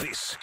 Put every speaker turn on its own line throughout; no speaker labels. This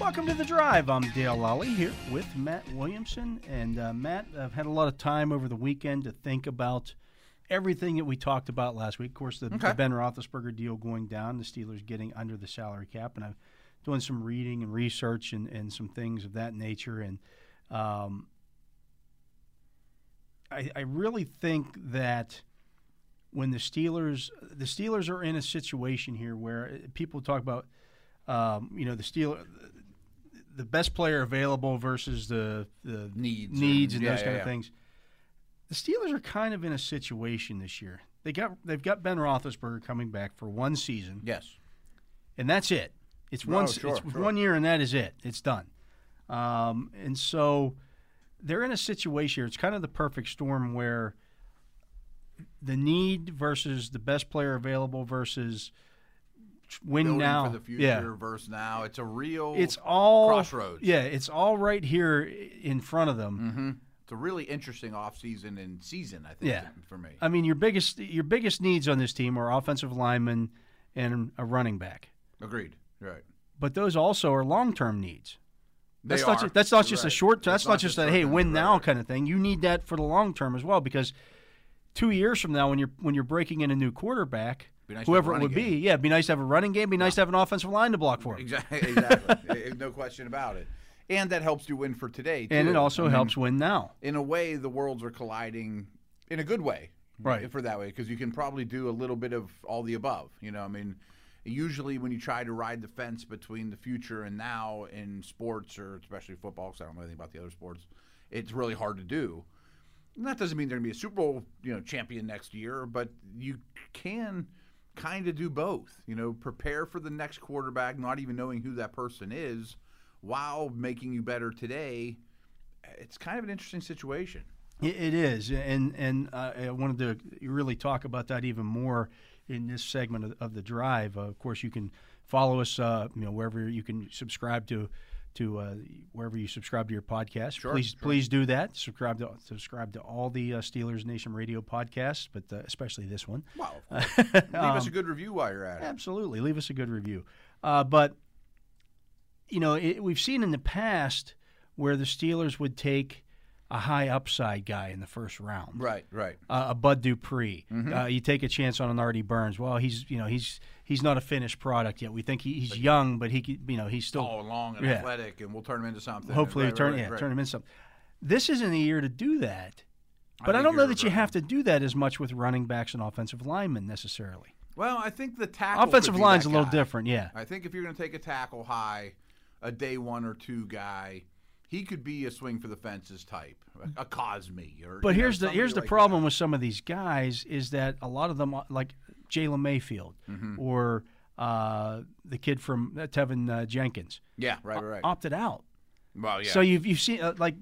Welcome to the drive. I'm Dale Lally here with Matt Williamson, and uh, Matt, I've had a lot of time over the weekend to think about everything that we talked about last week. Of course, the, the Ben Roethlisberger deal going down, the Steelers getting under the salary cap, and I'm doing some reading and research and, and some things of that nature. And um, I, I really think that when the Steelers, the Steelers are in a situation here where uh, people talk about, um, you know, the Steelers the best player available versus the, the
Needs or-
needs and
yeah,
those
yeah,
kind
yeah.
of things. The Steelers are kind of in a situation this year. They got they've got Ben Roethlisberger coming back for one season,
Yes.
and that's it. It's one
Oh,
s-
sure,
it's
sure.
one year, and that is it. It's done. Um, and so they're in a situation here. It's kind of the perfect storm where the need versus the best player available versus win
Building
now
for the future
Yeah
versus now. It's a real.
it's all
crossroads. Mm-hmm.
Yeah, it's all right here i- in front of them.
It's a really interesting offseason and season. I think.
Yeah. Uh,
For me.
I mean, your biggest your biggest needs on this team are offensive linemen and a running back,
Agreed. Right.
but those also are long term needs.
They
That's not
are.
just, that's not just a
Right.
short.
It's
That's not, just a hey
short-term.
win
Right,
now
right.
kind of thing. You need that for the long term as well because two years from now, when you're when you're breaking in a new quarterback,
Be nice to have a
whoever it
running
would be,
game.
yeah, it'd be nice to have a running game. Be nice to have an offensive line to block for. Him.
Exactly. exactly. Eh, no question about it. And that helps you win for today.
And it
too.
also
I mean,
helps win now.
in a way, the worlds are colliding in a good way,
Right.
For that way, because you can probably do a little bit of all the above. You know, I mean, usually when you try to ride the fence between the future and now in sports, or especially football, because I don't know anything about the other sports, it's really hard to do. And that doesn't mean they're going to be a Super Bowl, you know, champion next year, but you can kind of do both. You know, prepare for the next quarterback, not even knowing who that person is, while making you better today. It's kind of an interesting situation.
It, it is, and and uh, I wanted to really talk about that even more in this segment of, of the drive. Uh, of course, you can follow us, uh, you know, wherever you can subscribe to. To uh, wherever you subscribe to your podcast,
Sure,
please
sure.
please do that. Subscribe to subscribe to all the uh, Steelers Nation radio podcasts, but uh, especially this one.
Wow. Leave us a
Um,
good review while you're at it.
Absolutely. Leave us a good review. Uh, but, you know, it, we've seen in the past where the Steelers would take a high upside guy in the first round.
Right, Mm-hmm. right.
Uh, a Bud Dupree. Uh, you take a chance on an Artie Burns. Well, he's you know he's he's not a finished product yet. We think he, he's young, but he could- you know he's still
Tall and long and
Yeah.
athletic, and we'll turn him into something.
hopefully
Right,
turn
right,
yeah,
right.
turn him into something. This isn't the year to do that.
I
But I,
think
don't know
you're
that you
right.
have to do that as much with running backs and offensive linemen necessarily.
Well, I think the tackle. could
offensive
be
line's a
that
little
guy.
different, yeah.
I think if you're going to take a tackle high, a day one or two guy, he could be a swing for the fences type, a, a Cosme. Or,
But
you know,
here's the
somebody
here's the
like
problem
that.
with some of these guys is that a lot of them, are- like Jalen Mayfield
Mm-hmm.
or uh, the kid from uh, Tevin uh, Jenkins,
Yeah, right, right. right.
opted out.
well, yeah.
So you've you've seen uh, like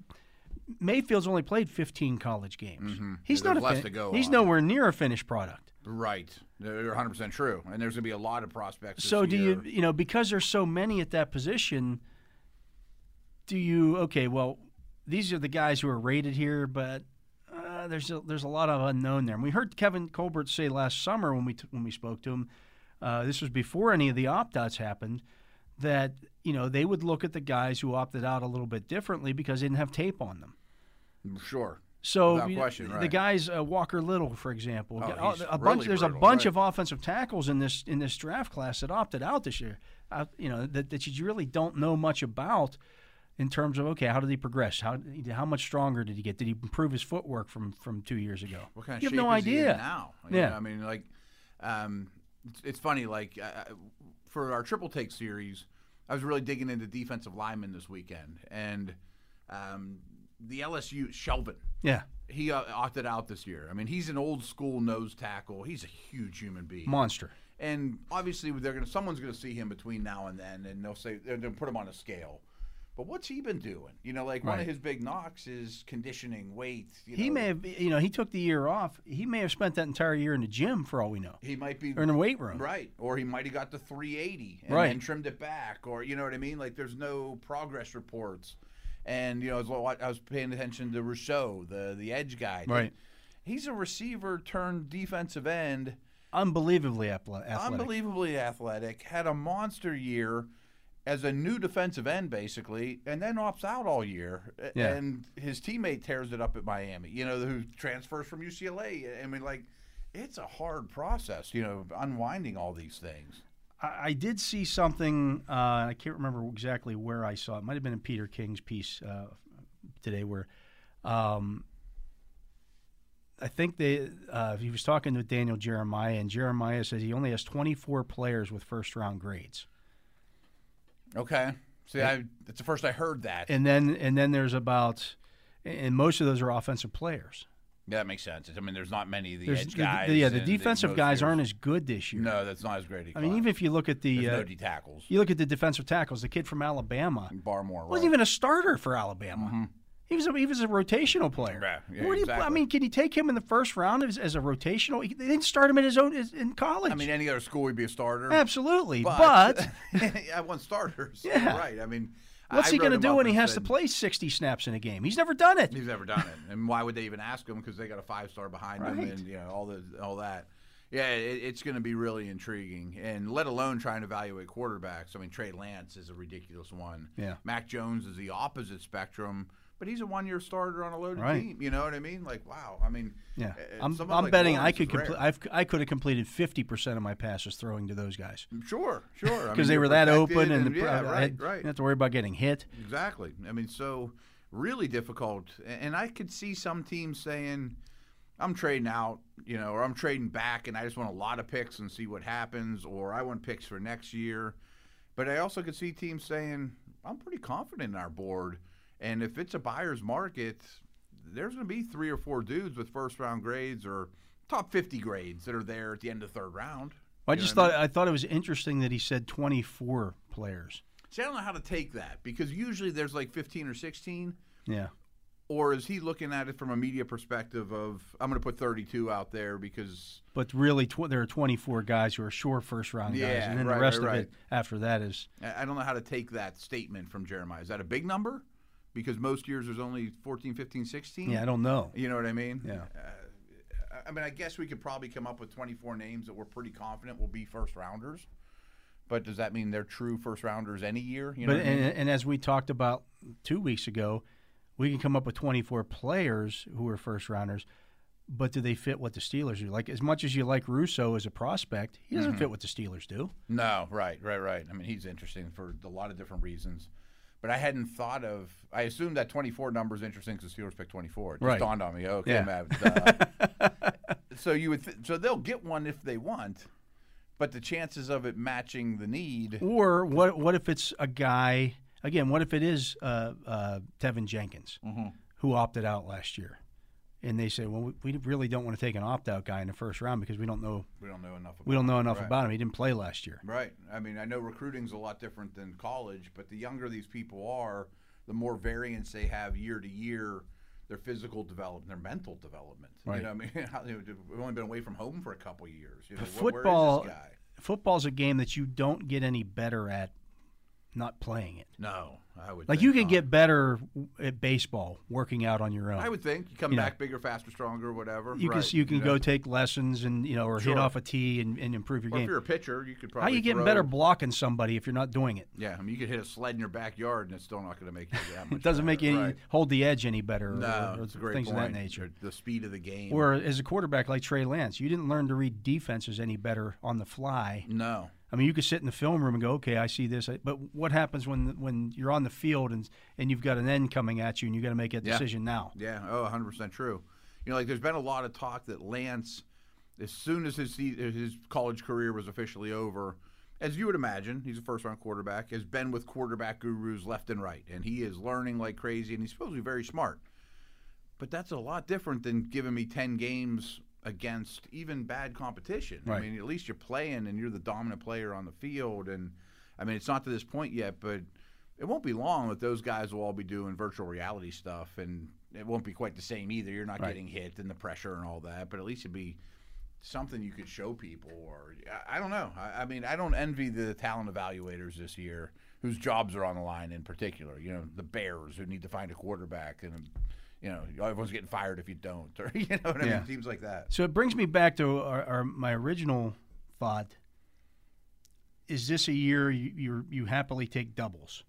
Mayfield's only played 15 college games. He's
Yeah,
not
Mm-hmm. there's
a
less
fin-
to go
he's
on.
nowhere near a finished product.
Right. They're 100 percent true, and there's going to be a lot of prospects.
So
this
do
year.
you you know because there's so many at that position do you okay well these are the guys who are rated here but uh, there's a, there's a lot of unknown there. And we heard Kevin Colbert say last summer when we t- when we spoke to him uh, this was before any of the opt-outs happened that you know they would look at the guys who opted out a little bit differently because they didn't have tape on them.
Sure.
So
Without
you know,
question,
the
right.
guys uh, Walker Little, for example,
Oh,
got-
he's
a bunch.
really
there's a
brutal,
bunch of
right.
offensive tackles in this in this draft class that opted out this year. Uh, you know that, that you really don't know much about in terms of okay, how did he progress? How how much stronger did he get? Did he improve his footwork from from two years ago?
What kind of
you have
shape
no
is he in
idea.
now?
Yeah.
yeah, I mean, like, um, it's, it's funny. Like uh, for our triple take series, I was really digging into defensive linemen this weekend, and um, the LSU Shelvin.
Yeah,
He uh, opted out this year. I mean, he's an old school nose tackle. He's a huge human being.
monster.
And obviously, they're gonna someone's gonna see him between now and then, and they'll say they're gonna put him on a scale. But what's he been doing? You know, like one
Right.
of his big knocks is conditioning, weight. You
He
know,
may have you know he took the year off. He may have spent that entire year in the gym for all we know,
he might be
or in the weight room.
right, or he might have got to 380 and
Right.
then trimmed it back, or you know what I mean. Like there's no progress reports, and you know I was, wa- I was paying attention to Rousseau, the the edge guy. and
Right.
he's a receiver turned defensive end.
Unbelievably athle- athletic.
unbelievably athletic, had a monster year as a new defensive end, basically, and then opts out all year. A-
Yeah.
And his teammate tears it up at Miami, you know, who transfers from UCLA. I mean, like, it's a hard process, you know, unwinding all these things.
I, I did see something. Uh, I can't remember exactly where I saw it. it might have been in Peter King's piece uh, today, where um, I think they uh, he was talking to Daniel Jeremiah, and Jeremiah says he only has 24 players with first round grades,
Okay. See, I, that's the first I heard that.
and then and then there's about, and most of those are offensive players.
yeah, that makes sense. I mean, there's not many of the
There's-
edge guys.
yeah, the
and the
defensive
most
guys
years-
aren't as good this year.
No, that's not as great. a
I mean,
class.
even if you look at the
there's
uh,
no D tackles.
you look at the defensive tackles, the kid from Alabama,
Barmore
wasn't even a starter for Alabama. He was a, he was a rotational player.
Mm-hmm. Yeah, yeah,
Where do you, I
exactly.
mean, can you take him in the first round as, as a rotational? He- They didn't start him in his own as, in college.
I mean, any other school would be a starter.
absolutely. But,
But, I want starters.
Yeah.
Yeah. Right. I mean,
what's
I
he
wrote
going to
him
do
up
when he
and
has to
said
play 60 snaps in a game? He's never done it.
He's never done it, and why would they even ask him? Because they got a five star behind him,
Right.
and you know all the all that. Yeah, it, it's going to be really intriguing, and let alone trying to evaluate quarterbacks. I mean, Trey Lance is a ridiculous one.
Yeah.
Mac Jones is the opposite spectrum, but he's a one year starter on a loaded
Right.
team. You know what I mean? Like, wow. I mean,
Yeah,
uh,
I'm,
someone
I'm
like
betting I
Lawrence
could
is rare.
compl- I've, I could have completed 50 percent of my passes throwing to those guys
sure, sure. I
because
mean,
they
you're
were that
protected
open and, the, pro-
yeah,
I
right,
had-
right.
didn't have to worry about getting hit.
Exactly. I mean, so really difficult. A- And I could see some teams saying, I'm trading out, you know, or I'm trading back and I just want a lot of picks and see what happens, or I want picks for next year. But I also could see teams saying, I'm pretty confident in our board. And if it's a buyer's market, there's going to be three or four dudes with first round grades or top 50 grades that are there at the end of third round.
I
You know
just
what I mean?
thought I thought it was interesting that he said 24 players.
See, I don't know how to take that because usually there's like 15 or 16.
Yeah.
or is he looking at it from a media perspective of I'm going to put 32 out there because
But really, tw- there are 24 guys who are sure first round guys,
Yeah,
and then the
right,
rest
right,
of
right.
it after that is
I I don't know how to take that statement from Jeremiah. Is that a big number? Because most years there's only 14, 15, 16.
yeah, I don't know.
You know what I mean? Uh,
Yeah.
I- I mean, I guess we could probably come up with 24 names that we're pretty confident will be first rounders. But does that mean they're true first rounders any year? You know
but
what I mean?
and, and as we talked about two weeks ago, we can come up with 24 players who are first rounders, but do they fit what the Steelers do? Like as much as you like Russo as a prospect, he doesn't
Mm-hmm.
fit what the Steelers do.
No, right, right, right. I mean, he's interesting for a lot of different reasons. But I hadn't thought of. I assumed that 24 number is interesting because Steelers pick 24. It just
Right.
dawned on me. Okay,
Yeah.
Matt. duh. so you would. Th- so they'll get one if they want, but the chances of it matching the need.
Or what? What if it's a guy again? What if it is uh, uh, Tevin Jenkins
Mm-hmm.
who opted out last year, and they say, well, we, we really don't want to take an opt out guy in the first round because we don't know
We don't know enough. About
we don't know enough
Right.
about him. He didn't play last year.
Right. I mean, I know recruiting's a lot different than college, but the younger these people are, the more variance they have year to year their physical development, their mental development.
Right.
You know, what I mean, How- you know, we've only been away from home for a couple of years. You know, wh-
football
Where is this guy?
football's a game that you don't get any better at not playing it.
No, I would
Like
think
you can
not.
get better at baseball working out on your own.
Uh-huh. I would think you come
you know.
back bigger, faster, stronger, whatever.
you
right,
can you can
know.
go take lessons and you know or hit
Sure.
off a tee and, and improve your
Or if
game.
you're a pitcher, you could
How
probably.
you getting
throw-
better blocking somebody if you're not doing it?
Yeah, I mean, you could hit a sled in your backyard, and it's still not going to make you. That much
It doesn't make you
better,
any,
right.
hold the edge any better. or-
No,
or,
it's a great
things of
point.
that nature.
The speed of the game.
Or as a quarterback like Trey Lance, you didn't learn to read defenses any better on the fly.
no,
I mean, you could sit in the film room and go, "Okay, I see this," I- but what happens when when you're on the field and and you've got an end coming at you and you got to make that
Yeah.
decision now?
yeah, oh, 100 percent true. You know, like there's been a lot of talk that Lance, as soon as his se- his college career was officially over, as you would imagine, he's a first round quarterback, has been with quarterback gurus left and right, and he is learning like crazy, and he's supposed to be very smart. But that's a lot different than giving me 10 games against even bad competition. I
Right.
mean, at least you're playing and you're the dominant player on the field. And I mean, it's not to this point yet, but it won't be long that those guys will all be doing virtual reality stuff. And it won't be quite the same either. You're not getting hit and the pressure and all that, but at least it'd be something you could show people or I, I don't know I, I mean i don't envy the talent evaluators this year whose jobs are on the line in particular you know the bears who need to find a quarterback and you know everyone's getting fired if you don't or you know what i
Yeah.
mean teams like that
So it brings me back to our, our, my original thought: Is this a year you you're, you happily take doubles?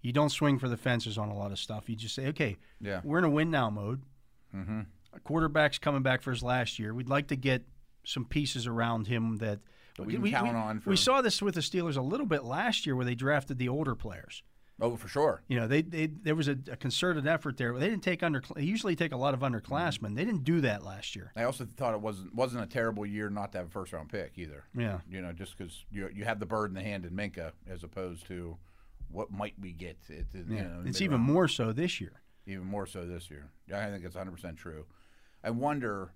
You don't swing for the fences on a lot of stuff. You just say, "Okay,
Yeah. Mm-hmm.
we're in a win now mode." Our quarterback's coming back for his last year. We'd like to get some pieces around him that.
That we can count on for-
we saw this with the Steelers a little bit last year, where they drafted the older players.
oh for sure
You know, they, they there was a, a concerted effort there. They didn't take under. They usually take a lot of underclassmen. They didn't do that last year.
i also thought it wasn't wasn't a terrible year not to have a first round pick either
Yeah.
you know just because you, you have the bird in the hand in minka as opposed to what might we get it, you know,
it's
mid-round.
even more so this year.
even more so this year. Yeah, I think it's 100% true. I wonder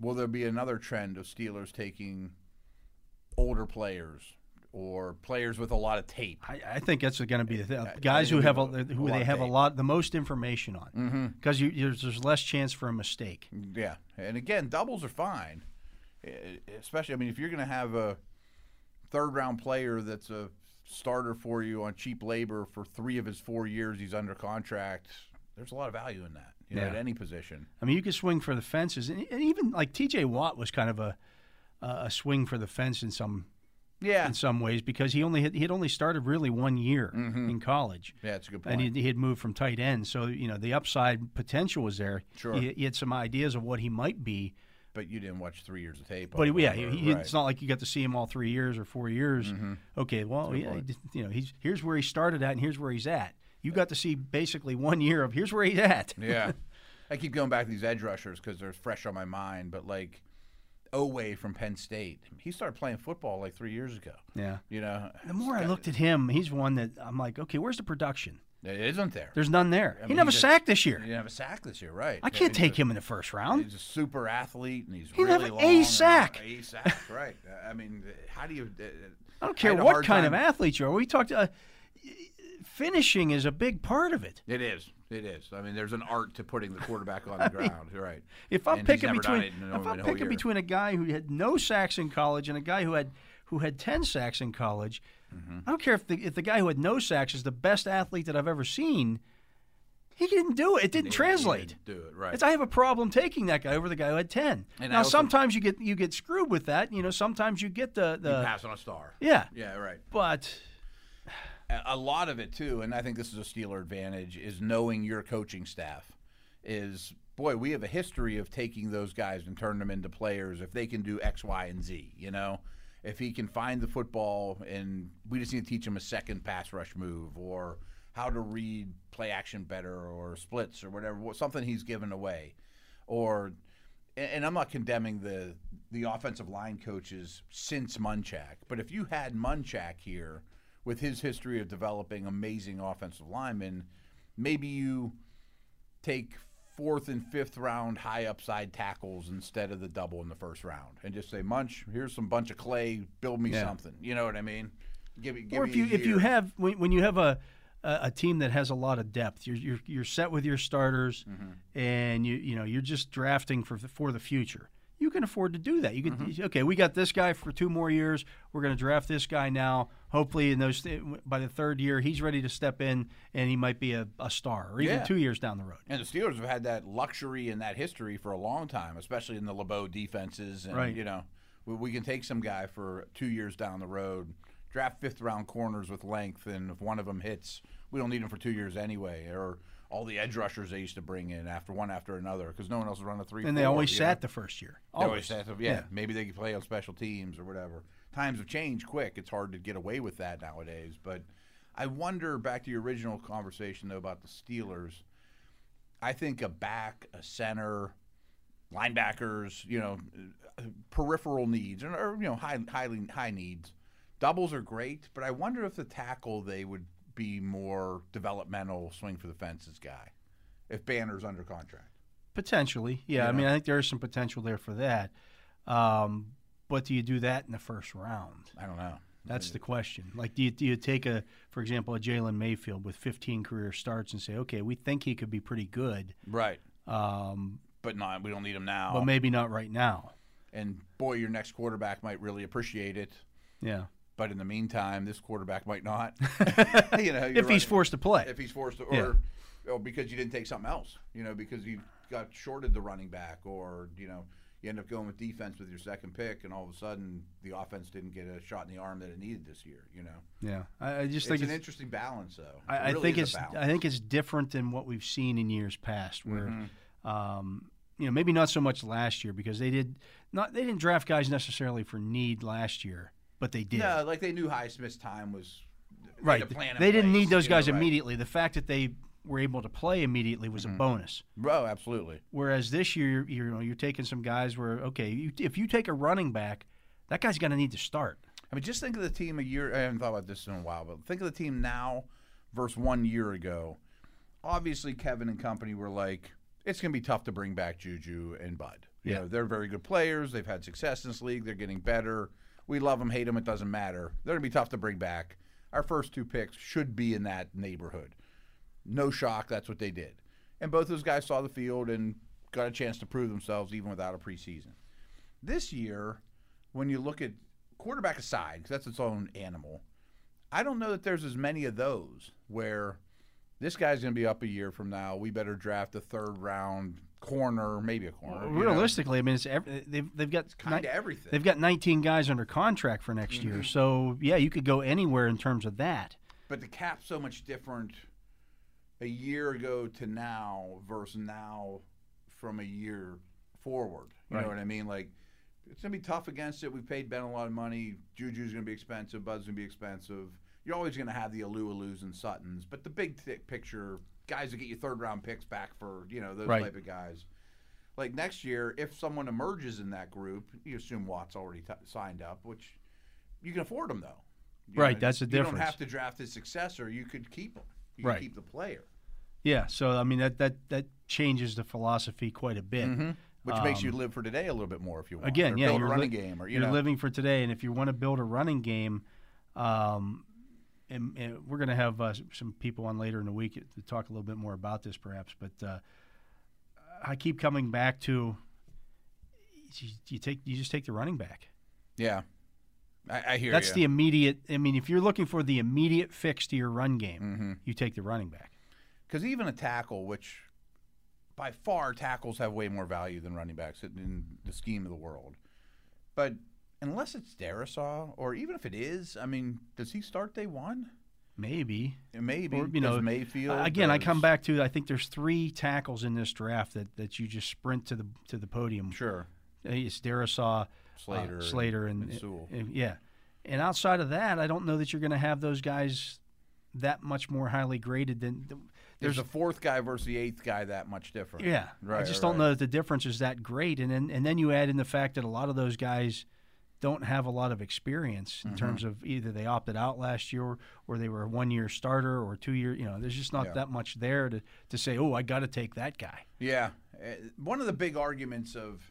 will there be another trend of Steelers taking older players or players with a lot of tape?
I, I think that's going to be the
I- I
thing. guys who
think
have a,
it'll be a
who
lot Mm-hmm.
they
of
have a
tape.
lot the most information on because there's, there's less chance for a mistake.
Yeah. And again, doubles are fine. Eh, Especially I mean if you're going to have a third round player that's a starter for you on cheap labor for 3 of his 4 years he's under contract, there's a lot of value in that. You know,
Yeah.
at any position.
I mean, you could swing for the fences, and, and even like T.J. Watt was kind of a a swing for the fence in some
Yeah.
in some ways because he only had, he had only started really one year in college.
Yeah, it's a good Mm-hmm. point.
and he, he had moved from tight end, so you know the upside potential was there.
Sure.
he, he had some ideas of what he might be,
but you didn't watch 3 years of tape.
but
of
he, yeah,
him, or-
he, he-
right. Mm-hmm.
it's not like you got to see him all three years or four years. Okay, well, yeah, he did- you know, he's here's where he started at, and here's where he's at. You got to see basically one year of here's where he's at.
Yeah. I keep going back to these edge rushers because they're fresh on my mind, but like Oway from Penn State, he started playing football like three years ago.
Yeah.
You know,
The more I looked at him, he's one that I'm like, okay, where's the production?
it isn't there.
There's none there. he
mean,
never
he's a-
sacked this
He
year.
didn't have a sack this year, right?
I can't
mean,
take
he's
him in the first
a-
round.
He's a super athlete, and he's
He'd have
really
an
long.
A
and-
sack.
A sack, right? I mean, how do you? uh,
I don't care what kind of athlete you are. We talked. Uh, finishing is a big part of it.
It is. It is. I mean, there's an art to putting the quarterback on the ground, right?
If I'm
And he's
picking
never done
between,
it in
if
a-
I'm
in a whole
picking
year.
between a guy who had no sacks in college and a guy who had who had ten sacks in college,
Mm-hmm.
I don't care if the if the guy who had no sacks is the best athlete that I've ever seen. He didn't do it. It didn't
He
translate.
didn't do it right.
It's, I have a problem taking that guy over the guy who had ten.
And I
now
also-
sometimes you get you get screwed with that. You know, sometimes you get the
You
the
pass on a star.
uh, yeah.
Yeah, right.
But
a a lot of it too, and I think this is a Steeler advantage, is knowing your coaching staff. Is boy, we have a history of taking those guys and turn them into players if they can do X, Y, and Z. You know, if he can find the football, and we just need to teach him a second pass rush move or how to read play action better or splits or whatever, wha- something he's given away, or and- and I'm not condemning the the offensive line coaches since Munchak, but if you had Munchak here with his history of developing amazing offensive linemen, maybe you take fourth and fifth round high upside tackles instead of the double in the first round, and just say, Munch, here's some bunch of clay, build me something. You know what I mean? Give me, give
or
me
if you
a
if you
year.
have when, when you have a a, a team that has a lot of depth. You're you're, you're set with your starters,
Mm-hmm.
and you you know you're just drafting for the, for the future. You can afford to do that. You
Mm-hmm.
can okay. We got this guy for two more years. We're going to draft this guy now. Hopefully, in those th- by the third year, he's ready to step in, and he might be a, a star, or even
Yeah.
two years down the road.
And the Steelers have had that luxury and that history for a long time, especially in the LeBeau defenses. And,
Right.
You know, we, we can take some guy for two years down the road, draft fifth round corners with length, and if one of them hits, we don't need him for two years anyway. Or all the edge rushers they used to bring in after one after another because no one else was running a three.
And they
four,
always
you know?
sat the first year.
They always sat the- yeah, maybe they could play on special teams or whatever. Times have changed quick. It's hard to get away with that nowadays. But I wonder back to your original conversation though about the Steelers. I think a back, a center, linebackers, you know, uh, peripheral needs or, or, you know high highly high needs. Doubles are great, but I wonder if the tackle they would be more developmental swing for the fences guy if Banner's under contract.
Potentially, yeah. I mean, I think there is some potential there for that. Um, but do you do that in the first round?
I don't know.
That's the question. Like, do you, do you take a, for example, a Jalen Mayfield with 15 career starts and say, okay, we think he could be pretty good,
Right.
um,
But not we don't need him now.
but maybe not right now.
and boy, your next quarterback might really appreciate it.
Yeah,
But in the meantime, this quarterback might not. you know,
if he's forced to play.
if he's forced to, or,
Yeah.
or because you didn't take something else, you know, because you got shorted the running back, or you know, you end up going with defense with your second pick, and all of a sudden the offense didn't get a shot in the arm that it needed this year. You know,
yeah, I, I just
it's,
think
an
it's,
interesting balance, though. It
I, I
really
think
is
it's
a balance.
I think it's different than what we've seen in years past, where
Mm-hmm.
um, you know maybe not so much last year because they did not they didn't draft guys necessarily for need last year, but they did.
no, like they knew Highsmith's time was they had
right,
a plan in
they didn't
place,
need those
you know,
guys
right. Mm-hmm.
immediately. The fact that they were able to play immediately was a bonus.
Bro, absolutely.
Whereas this year, you're, you know, you're taking some guys where okay, you, if you take a running back, that guy's going to need to start.
I mean, just think of the team a year. I haven't thought about this in a while, but think of the team now versus one year ago. Obviously, Kevin and company were like, it's going to be tough to bring back Juju and Bud. You
Yeah.
know, they're very good players. They've had success in this league. They're getting better. We love them, hate them. It doesn't matter. They're going to be tough to bring back. Our first two picks should be in that neighborhood. No shock. That's what they did. And both those guys saw the field and got a chance to prove themselves even without a preseason this year, when you look at quarterback aside, because that's its own animal, I don't know that there's as many of those where this guy's going to be up a year from now. We better draft a third round corner, maybe a corner. you know.
Realistically, I mean, it's ev they've they've got
kinda
ni-
everything. Mm-hmm.
They've got 19 guys under contract for next year, so yeah, you could go anywhere in terms of that.
But the cap's so much different a year ago to now versus now from a year forward. You know what I mean? Like, it's going to be tough against it. We paid Ben a lot of money. Juju's going to be expensive. Bud's going to be expensive. You're always going to have the Alu-Alus and Suttons. But the big thick picture, guys that get you third round picks back for, you know, those
Right.
type of guys. Like next year, if someone emerges in that group, you assume Watt's already t- signed up, which you can afford them though. You
Right, that's the
You
difference.
don't have to draft his successor. You could keep him. You could
Right.
keep the player,
Yeah, so I mean that that that changes the philosophy quite a bit.
Mm-hmm. which makes you live for today a little bit more if you want.
Um, Again,
or
yeah,
build a
you're li-
running game, or you
are
know,
living for today, and if you want to build a running game, um, and, and we're going to have uh, s- some people on later in the week to talk a little bit more about this, perhaps. But uh, I keep coming back to you, you take you just take the running back.
yeah. I, I hear
That's
ya.
the immediate. I mean, if you're looking for the immediate fix to your run game,
Mm-hmm.
you take the running back.
because even a tackle, which by far tackles have way more value than running backs in- in the scheme of the world, but unless it's Darisaw, or even if it is, I mean, does he start day one?
Maybe
Maybe
Or, you
Does
know,
Mayfield.
Uh, again, I
does-
come back to I think there's three tackles in this draft that, that you just sprint to the to the podium.
Sure,
Uh, It's Darisaw,
Slater,
uh, Slater, and,
and Sewell.
and- yeah. And outside of that, I don't know that you're going to have those guys that much more highly graded than. th-
There's a fourth guy versus the eighth guy that much different.
yeah,
right.
I just
right,
don't know that the difference is that great. And then and then you add in the fact that a lot of those guys don't have a lot of experience in
Mm-hmm.
terms of either they opted out last year or they were a one year starter or two year. You know, there's just not that much there to to say, oh, I got to take that guy.
Yeah, Uh, one of the big arguments of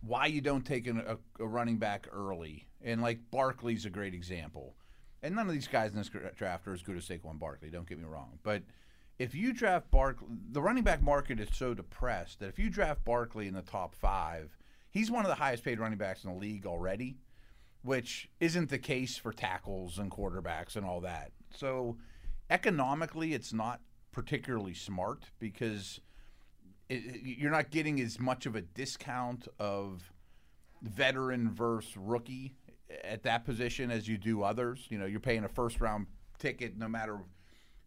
why you don't take an, a, a running back early, and like Barkley's a great example. and none of these guys in this gra- draft are as good as Saquon Barkley. Don't get me wrong, but if you draft Barkley, the running back market is so depressed that if you draft Barkley in the top five, he's one of the highest paid running backs in the league already, which isn't the case for tackles and quarterbacks and all that. So economically, it's not particularly smart because it, it- you're not getting as much of a discount of veteran versus rookie at that position as you do others. You know, you're paying a first round ticket no matter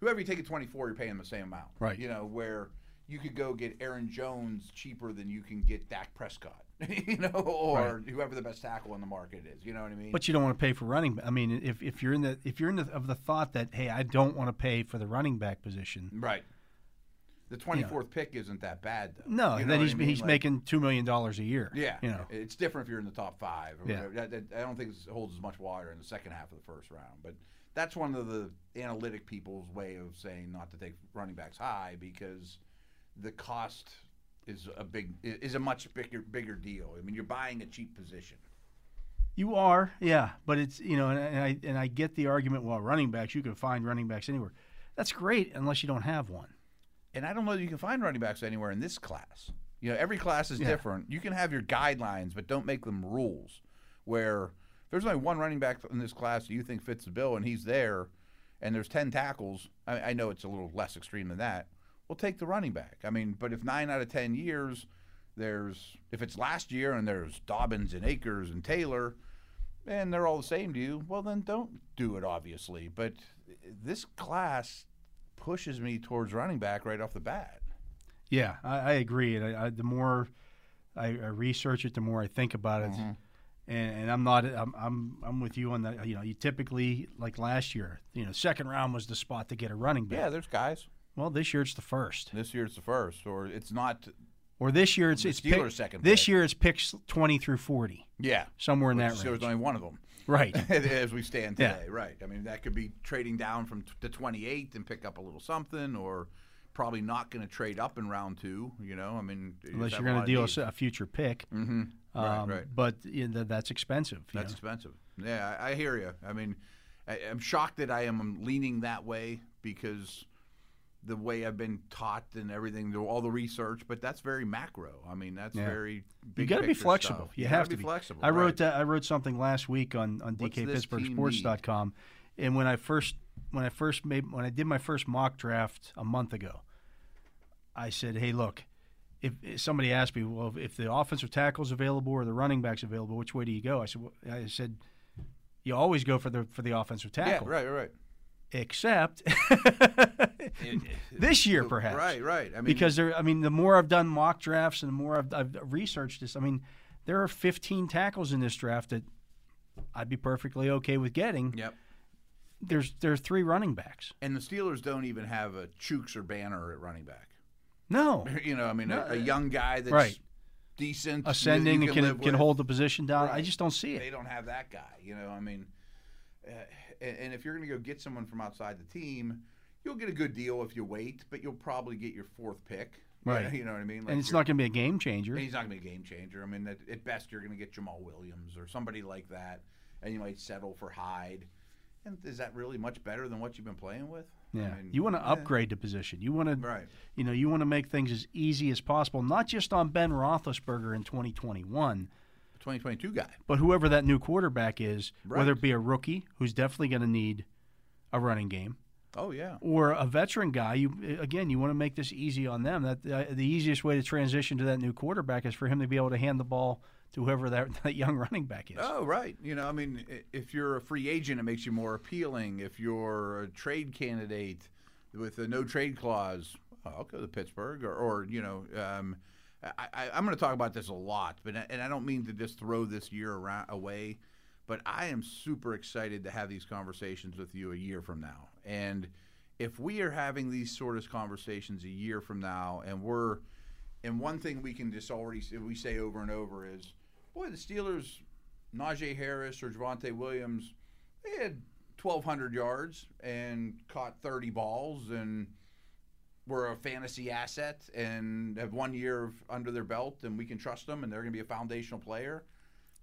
whoever you take at 24, you're paying the same amount.
Right.
You know, where you could go get Aaron Jones cheaper than you can get Dak Prescott, you know, or whoever the best tackle on the market is. You know what I mean?
But you don't want to pay for running. I mean, if, if you're in the if you're in the, of the thought that hey, I don't want to pay for the running back position.
right. The 24th pick isn't that bad, though.
No,
You know
then
what I
he's
mean?
he's
Like-
making two million dollars a year.
Yeah,
you know,
it's different if you're in the top five. Or
Yeah.
whatever. That, that- I don't think it holds as much water in the second half of the first round. But that's one of the analytic people's way of saying not to take running backs high because the cost is a big i- is a much bigger bigger deal. I mean, you're buying a cheap position.
you are. Yeah, but it's you know, and, I- and I and I get the argument. Well, running backs, you can find running backs anywhere. That's great unless you don't have one.
and I don't know that you can find running backs anywhere in this class. You know, every class is different. You can have your guidelines, but don't make them rules. Where if there's only one running back in this class that you think fits the bill, and he's there, and there's ten tackles. I, I know it's a little less extreme than that. We'll take the running back. I mean, but if nine out of ten years, there's if it's last year and there's Dobbins and Akers and Taylor, and they're all the same to you, well, then don't do it, obviously. But this class pushes me towards running back right off the bat.
Yeah, I, I agree. And I, I, the more I, I research it, the more I think about it.
Mm-hmm.
And, and I'm not. I'm, I'm. I'm with you on that. You know, you typically like last year. You know, second round was the spot to get a running back.
Yeah, there's guys.
Well, this year it's the first.
This year it's the first, or it's not.
Or this year it's
The
it's
Steelers' second
This
pick.
year it's picks twenty through forty,
Yeah,
somewhere in
Which
that
there was
range.
only one of them
Right.
as we stand
Yeah.
today, right? I mean, that could be trading down from t- to 28 and pick up a little something, or probably not going to trade up in round two. You know, I mean, you
Unless you're
just have a
going
lot
to
of
deal
needs.
a future pick. Mm-hmm.
Right, right.
But you know, that's expensive. you
That's
know.
expensive. Yeah, I, I hear you. I mean, I, I'm shocked that I am leaning that way because the way I've been taught and everything, the- all the research, but that's very macro. I mean, that's
Yeah.
very
You
big.
got to be
picture
flexible.
stuff.
You,
gotta
have to
be flexible.
I
right.
wrote that. I wrote something last week on on
What's this team
dkpittsburghsports.com, and when I first when I first made when I did my first mock draft a month ago, I said, "Hey, look." If, if somebody asked me, well, if the offensive tackle's available or the running back's available, which way do you go? I said, well, I said, you always go for the for the offensive
Yeah,
tackle,
right, right, right.
except this year, perhaps,
Right, right. I mean,
because there, I mean, the more I've done mock drafts and the more I've, I've researched this, I mean, there are 15 tackles in this draft that I'd be perfectly okay with getting.
Yep.
There's there are three running backs.
And the Steelers don't even have a Chooks or Banner at running back.
No,
You know, I mean, a, a young guy that's
right.
decent, that
ascending
you
and
can,
can
live
can
with.
hold the position down. I
Right.
just don't see
They
it.
don't have that guy. You know, I mean, uh, and, and if you're going to go get someone from outside the team, you'll get a good deal if you wait, but you'll probably get your fourth pick. You
Right.
know- You know what I mean? Like
And it's
you're-
not going to be a game changer.
He's not going to be a game changer. I mean, at, at best, you're going to get Jamal Williams or somebody like that, and you might settle for Hyde. And is that really much better than what you've been playing with? I
Yeah,
mean,
you want to
yeah.
upgrade the position. You want to,
Right.
you know, you want to make things as easy as possible, not just on Ben Roethlisberger in 2021,
2022 guy.
but whoever that new quarterback is, whether
Right.
it be a rookie who's definitely going to need a running game
Oh yeah.
or a veteran guy, you again, you want to make this easy on them. That uh, the easiest way to transition to that new quarterback is for him to be able to hand the ball to whoever that, that young running back is.
Oh right. You know, I mean, i- if you're a free agent, it makes you more appealing. If you're a trade candidate with a no trade clause, oh, I'll go to Pittsburgh, or, or you know, um, I, I, I'm going to talk about this a lot, but I- and I don't mean to just throw this year around, away, but I am super excited to have these conversations with you a year from now, and if we are having these sort of conversations a year from now, and we're and one thing we can just already we say over and over is, boy, the Steelers, Najee Harris or Javante Williams, they had 1,200 yards and caught 30 balls and were a fantasy asset and have one year of, under their belt, and we can trust them, and they're going to be a foundational player.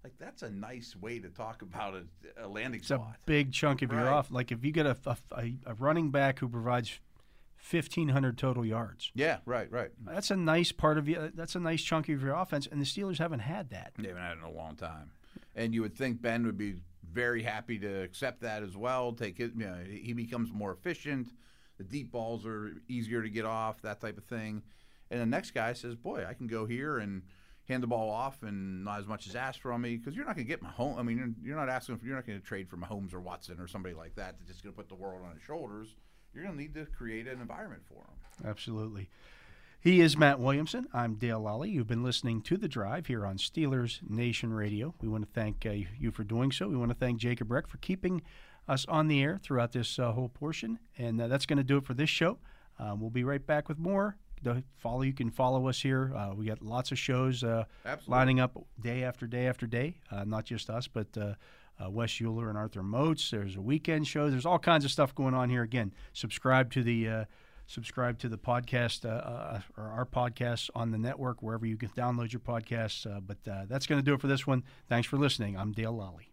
Like that's a nice way to talk about a, a landing
It's a
spot.
big chunk of your
Right.
off. Like if you get a, a, a- a running back who provides 1,500 total yards,
Yeah, right, right.
that's a nice part of you. That's a nice chunk of your offense, and the Steelers haven't had that.
They haven't had it in a long time. And you would think Ben would be very happy to accept that as well. Take it, you know, he becomes more efficient. The deep balls are easier to get off, that type of thing. And the next guy says, "Boy, I can go here and hand the ball off, and not as much as asked from me because you're not going to get my home. I mean, you're, you're not asking for, you're not going to trade for Mahomes or Watson or somebody like that that's just going to put the world on his shoulders. You're going to need to create an environment for him."
Absolutely. He is Matt Williamson. I'm Dale Lally. You've been listening to The Drive here on Steelers Nation Radio. We want to thank uh, you for doing so. We want to thank Jacob Reck for keeping us on the air throughout this uh, whole portion. And uh, that's going to do it for this show. Uh, we'll be right back with more. The follow you can follow us here. Uh, we got lots of shows uh,
Absolutely.
lining up day after day after day. Uh, not just us, but uh, uh, Wes Euler and Arthur Moats. There's a weekend show. There's all kinds of stuff going on here. Again, subscribe to the uh, subscribe to the podcast uh, uh, or our podcast on the network wherever you can download your podcasts. Uh, but uh, that's going to do it for this one. Thanks for listening. I'm Dale Lally.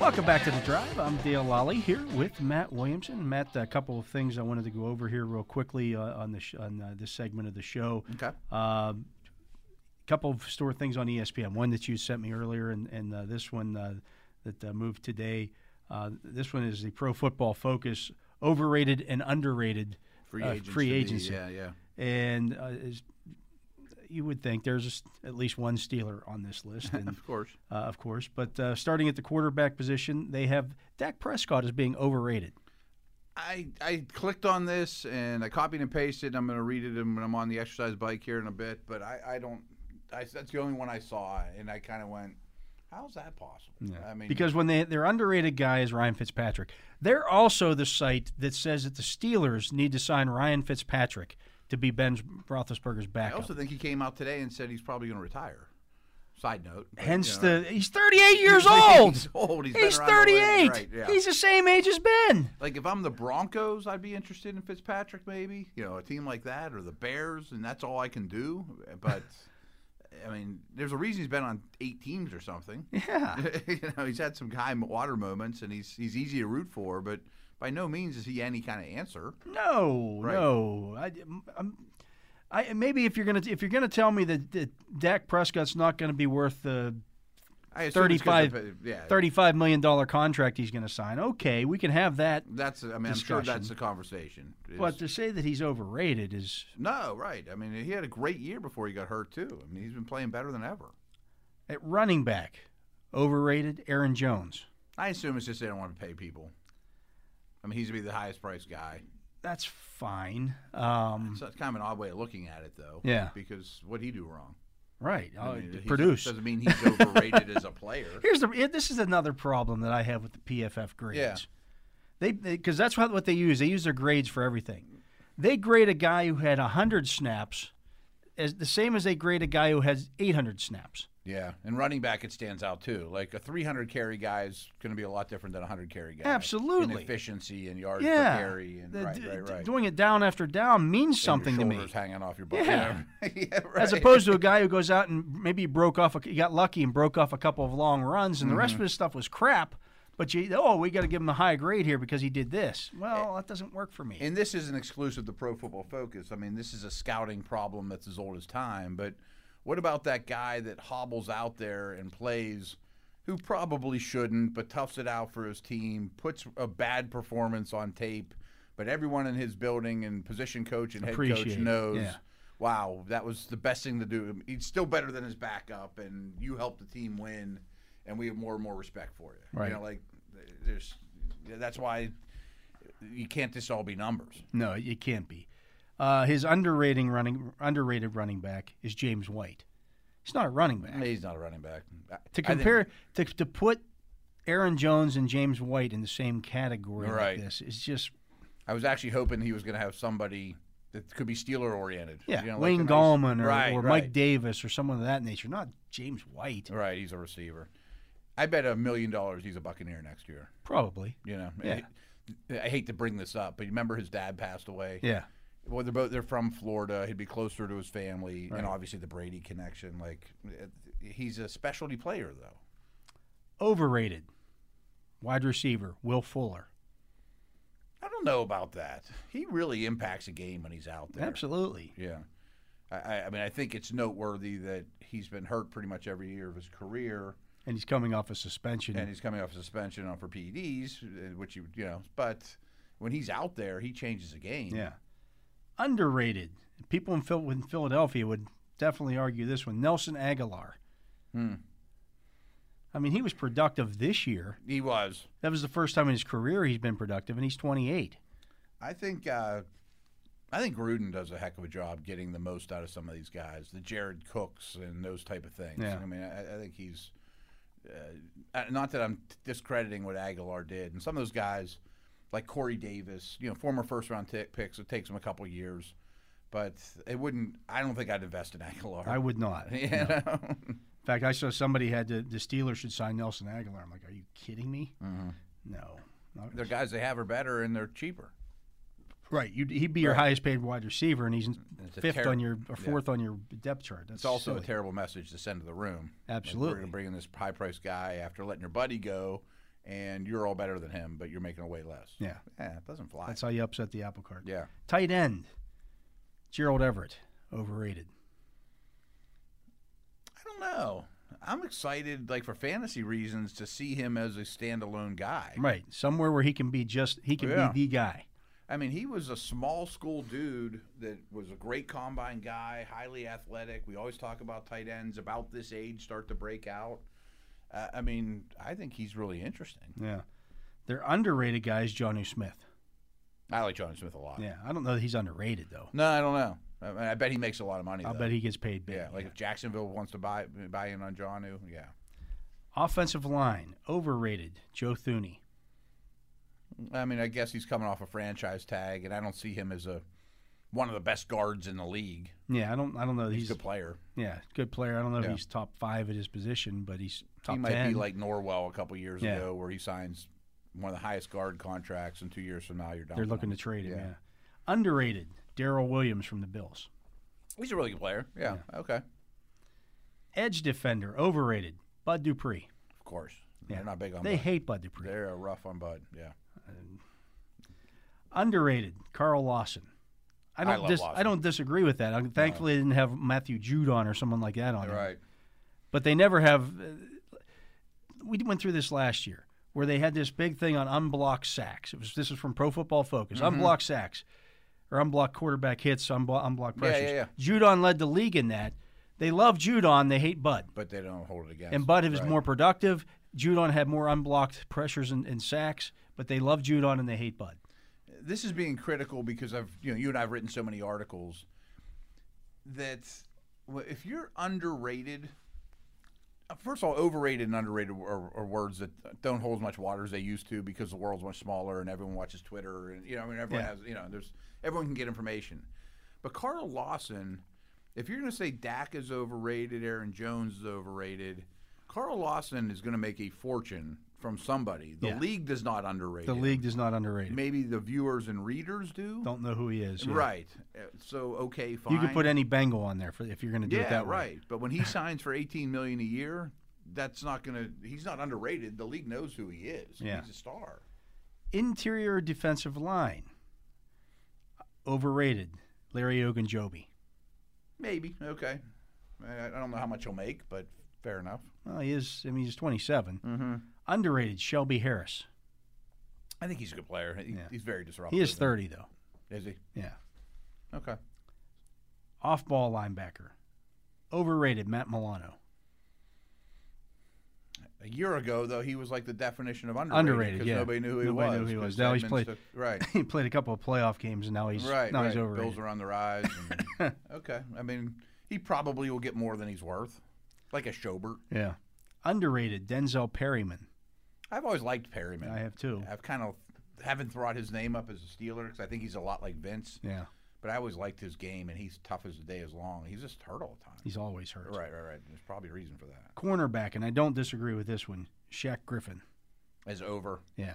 Welcome back to the drive. I'm Dale Lally here with Matt Williamson. Matt, a couple of things I wanted to go over here real quickly uh, on the sh- on uh, this segment of the show.
Okay.
Um, couple of store things on E ESPN. One that you sent me earlier, and and uh, this one uh, that uh, moved today. Uh, this one is the Pro Football Focus overrated and underrated
Free,
uh,
agents
free
should be-
agency.
Yeah, yeah.
And uh, is, you would think there's a st- at least one Steeler on this list, and
Of course.
uh, of course. But uh, starting at the quarterback position, they have Dak Prescott as being overrated.
I, I clicked on this and I copied and pasted. I'm going to read it when I'm on the exercise bike here in a bit, but I, I don't. I, that's the only one I saw, and I kind of went, "How's that possible?" I mean,
Because when they their underrated guy is Ryan Fitzpatrick. They're also the site that says that the Steelers need to sign Ryan Fitzpatrick to be Ben Roethlisberger's
I
backup.
also think he came out today and said he's probably going to retire. Side note. but,
Hence
you know,
the he's 38 years
He's
old.
old. He's, been
He's
around the
38.
league, right, yeah.
He's the same age as Ben.
like if I'm the Broncos, I'd be interested in Fitzpatrick, maybe you know a team like that, or the Bears, and that's all I can do. But I mean, there's a reason he's been on eight teams or something.
Yeah.
you know, he's had some high water moments, and he's he's easy to root for, but by no means is he any kind of answer.
No,
Right.
no. I, I'm, I maybe if you're gonna if you're gonna tell me that, that Dak Prescott's not gonna be worth the
I assume it's 'cause
35
of- yeah,
35 million dollar contract he's going to sign. Okay, we can have that.
That's I mean, I'm sure
discussion.
that's the conversation. It's-
But to say that he's overrated is
no, right? I mean, he had a great year before he got hurt too. I mean, he's been playing better than ever.
at running back overrated Aaron Jones.
I assume it's just they don't want to pay people. I mean, he's gonna be the highest priced guy.
That's fine. Um,
So it's kind of an odd way of looking at it, though.
Yeah.
Because what he do wrong?
right.
I
Uh,
mean, he's-
produce.
doesn't mean he's overrated as a player.
Here's the this is another problem that I have with the PFF grades.
Yeah.
They because that's what what they use. They use their grades for everything. They grade a guy who had 100 snaps as the same as they grade a guy who has 800 snaps.
Yeah, and running back it stands out too. Like a 300 carry guy is going to be a lot different than a 100 carry guy.
Absolutely.
in efficiency and yards
yeah.
per carry and
The-
right,
d-
right,
d-
right.
Doing it down after down means something to
and your
me.
shoulders hanging off your butt.
Yeah.
yeah right.
As opposed to a guy who goes out and maybe he broke off, a, he got lucky and broke off a couple of long runs, and the
Mm-hmm.
rest of his stuff was crap. But you, oh, we got to give him a high grade here because he did this. Well, that doesn't work for me.
Eh, and this isn't exclusive to Pro Football Focus. I mean, this is a scouting problem that's as old as time. But what about that guy that hobbles out there and plays, who probably shouldn't, but toughs it out for his team, puts a bad performance on tape, But everyone in his building and position coach and head
Appreciate
coach
it,
knows.
yeah.
Wow, that was the best thing to do. He's still better than his backup, and you helped the team win, and we have more and more respect for you.
Right.
You know, like there's that's why you can't just all be numbers.
No, it can't be. Uh, his underrating running underrated running back is James White. He's not a running back.
He's not a running back.
To
I- I think-
compare to, to put Aaron Jones and James White in the same category
Right.
like this is just
I was actually hoping he was going to have somebody that could be Steeler oriented.
yeah
you know, like
Wayne
a nice-
Gallman or,
right,
or
right.
Mike Davis or someone of that nature, not James White.
Right, he's a receiver. I bet a million dollars he's a Buccaneer next year.
Probably.
You know,
Yeah.
I, I hate to bring this up, but you remember his dad passed away.
Yeah.
Well, they're both they're from Florida. He'd be closer to his family, and obviously the Brady connection. Like, it- he's a specialty player though.
Overrated. Wide receiver Will Fuller.
I don't know about that. He really impacts a game when he's out there.
Absolutely.
Yeah. I- I, I mean, I think it's noteworthy that he's been hurt pretty much every year of his career.
And he's coming off a suspension.
and he's coming off suspension on for PEDs, uh, which you you know. But when he's out there, he changes the game.
Yeah. Underrated. People in, Phil- in Philadelphia would definitely argue this one. Nelson Aguilar.
Hmm.
I mean, he was productive this year.
he was.
That was the first time in his career he's been productive, and he's 28.
I think. Uh, I think Gruden does a heck of a job getting the most out of some of these guys, the Jared Cooks and those type of things.
Yeah.
I mean, I, I think he's. Uh, uh, not that I'm discrediting what Aguilar did, and some of those guys, like Corey Davis, you know, former first round t- picks, it takes them a couple years, but it wouldn't. I don't think I'd invest in Aguilar.
I would not. In
You know?
fact, I saw somebody had to, the Steelers should sign Nelson Aguilar. I'm like, are you kidding me? No. Not-
Mm-hmm. They're guys they have are better and they're cheaper.
right. You'd, he'd be your highest paid wide receiver, and he's
a
fifth
ter-
on your, or fourth on your depth chart. That's
It's also a
silly.
terrible message to send to the room. Like, we're
Absolutely.
going to bring in this high priced guy after letting your buddy go, and you're all better than him, but you're making way less.
Yeah.
Yeah, it doesn't fly.
That's how you upset the apple cart.
yeah.
Tight end, Gerald Everett, overrated.
I don't know. I'm excited, like for fantasy reasons, to see him as a standalone guy.
Right, somewhere where he can be just he can
Yeah.
be the guy.
I mean, he was a small school dude that was a great combine guy, highly athletic. We always talk about tight ends about this age start to break out. Uh, I mean, I think he's really interesting.
Yeah, their underrated guy is Johnny Smith.
I like John Smith a lot.
Yeah, I don't know that he's underrated though.
No, I don't know. I, mean, I bet he makes a lot of money.
I
though.
bet he gets paid big.
Yeah, like if Jacksonville wants to buy buy in on Johnu, yeah.
offensive line, overrated. Joe Thuney.
I mean, I guess he's coming off a franchise tag, and I don't see him as a one of the best guards in the league.
Yeah, I don't I don't know that
He's
he's,
a good player.
yeah good player. I don't know if
Yeah.
he's top five at his position, but he's top
he might
ten.
be like Norwell a couple years
Yeah.
ago, where he signs one of the highest guard contracts, and two years from now you're down.
They're looking to trade him. Yeah, underrated. Daryl Williams from the Bills.
He's a really good player. Yeah. Okay. Of
Edge defender, overrated. Bud Dupree.
course. They're not big on.
They
Bud.
hate Bud Dupree.
They're rough on Bud. Yeah.
underrated Carl Lawson. I
I
don't
love
dis- I
Lawson.
don't disagree with that. I, thankfully, they didn't have Matthew Jude on or someone like that on.
All
there.
right.
But they never have. uh, we went through this last year where they had this big thing on unblocked sacks. It was this is from Pro Football Focus.
Mm-hmm.
Unblocked sacks or unblocked quarterback hits, unblock unblocked
Yeah, yeah,
pressures.
yeah.
Judon led the league in that. They love Judon. They hate Bud.
But they don't hold it against.
And Bud
him,
was
right.
more productive. Judon had more unblocked pressures and, and sacks, but they love Judon and they hate Bud.
this is being critical because I've you know you and I've written so many articles that well, if you're underrated, uh, first of all, overrated and underrated are, are words that don't hold as much water as they used to because the world's much smaller and everyone watches Twitter and you know I mean everyone
Yeah.
has you know there's everyone can get information, but Carl Lawson, if you're going to say Dak is overrated, Aaron Jones is overrated. Carl Lawson is going to make a fortune from somebody. The
Yeah.
league does not underrate.
The
him
league does not underrate him.
maybe the viewers and readers do.
don't know who he is. yeah.
Right. Uh, So okay, fine.
You could put any Bengal on there for, if you're going to do
yeah,
it that way.
right. But when he signs for eighteen million a year, that's not gonna. He's not underrated. The league knows who he is.
Yeah.
He's a star.
Interior defensive line. Overrated. Larry Ogunjobi.
Maybe okay. I, I don't know how much he'll make, but fair enough. Mm.
Mm-hmm. Well, he is. I mean, he's 27. Underrated. Shelby Harris.
I think he's a good player. He, He's very disruptive.
He is 30, though.
Is he?
Yeah.
Okay.
Off ball linebacker. Overrated, Matt Milano.
A year ago, though, he was like the definition of underrated.
Underrated,
because
yeah.
Nobody knew who
Nobody
he was.
knew who he
'cause
was. Now he's
Edmonds
played-
took- right.
he played a couple of playoff games, and now he's
Right.
now
right.
he's overrated.
Bills are on the rise. and- okay. I mean, he probably will get more than he's worth, like a Schobert.
yeah. Underrated, Denzel Perryman.
I've always liked Perryman.
I have too.
I've kind of haven't brought his name up as a Steeler because I think he's a lot like Vince.
Yeah.
But I always liked his game, and he's tough as the day is long. He's just hurt all the time.
He's always hurt.
right, right, right. There's probably a reason for that.
Cornerback, and I don't disagree with this one, Shaq Griffin.
As over,
Yeah.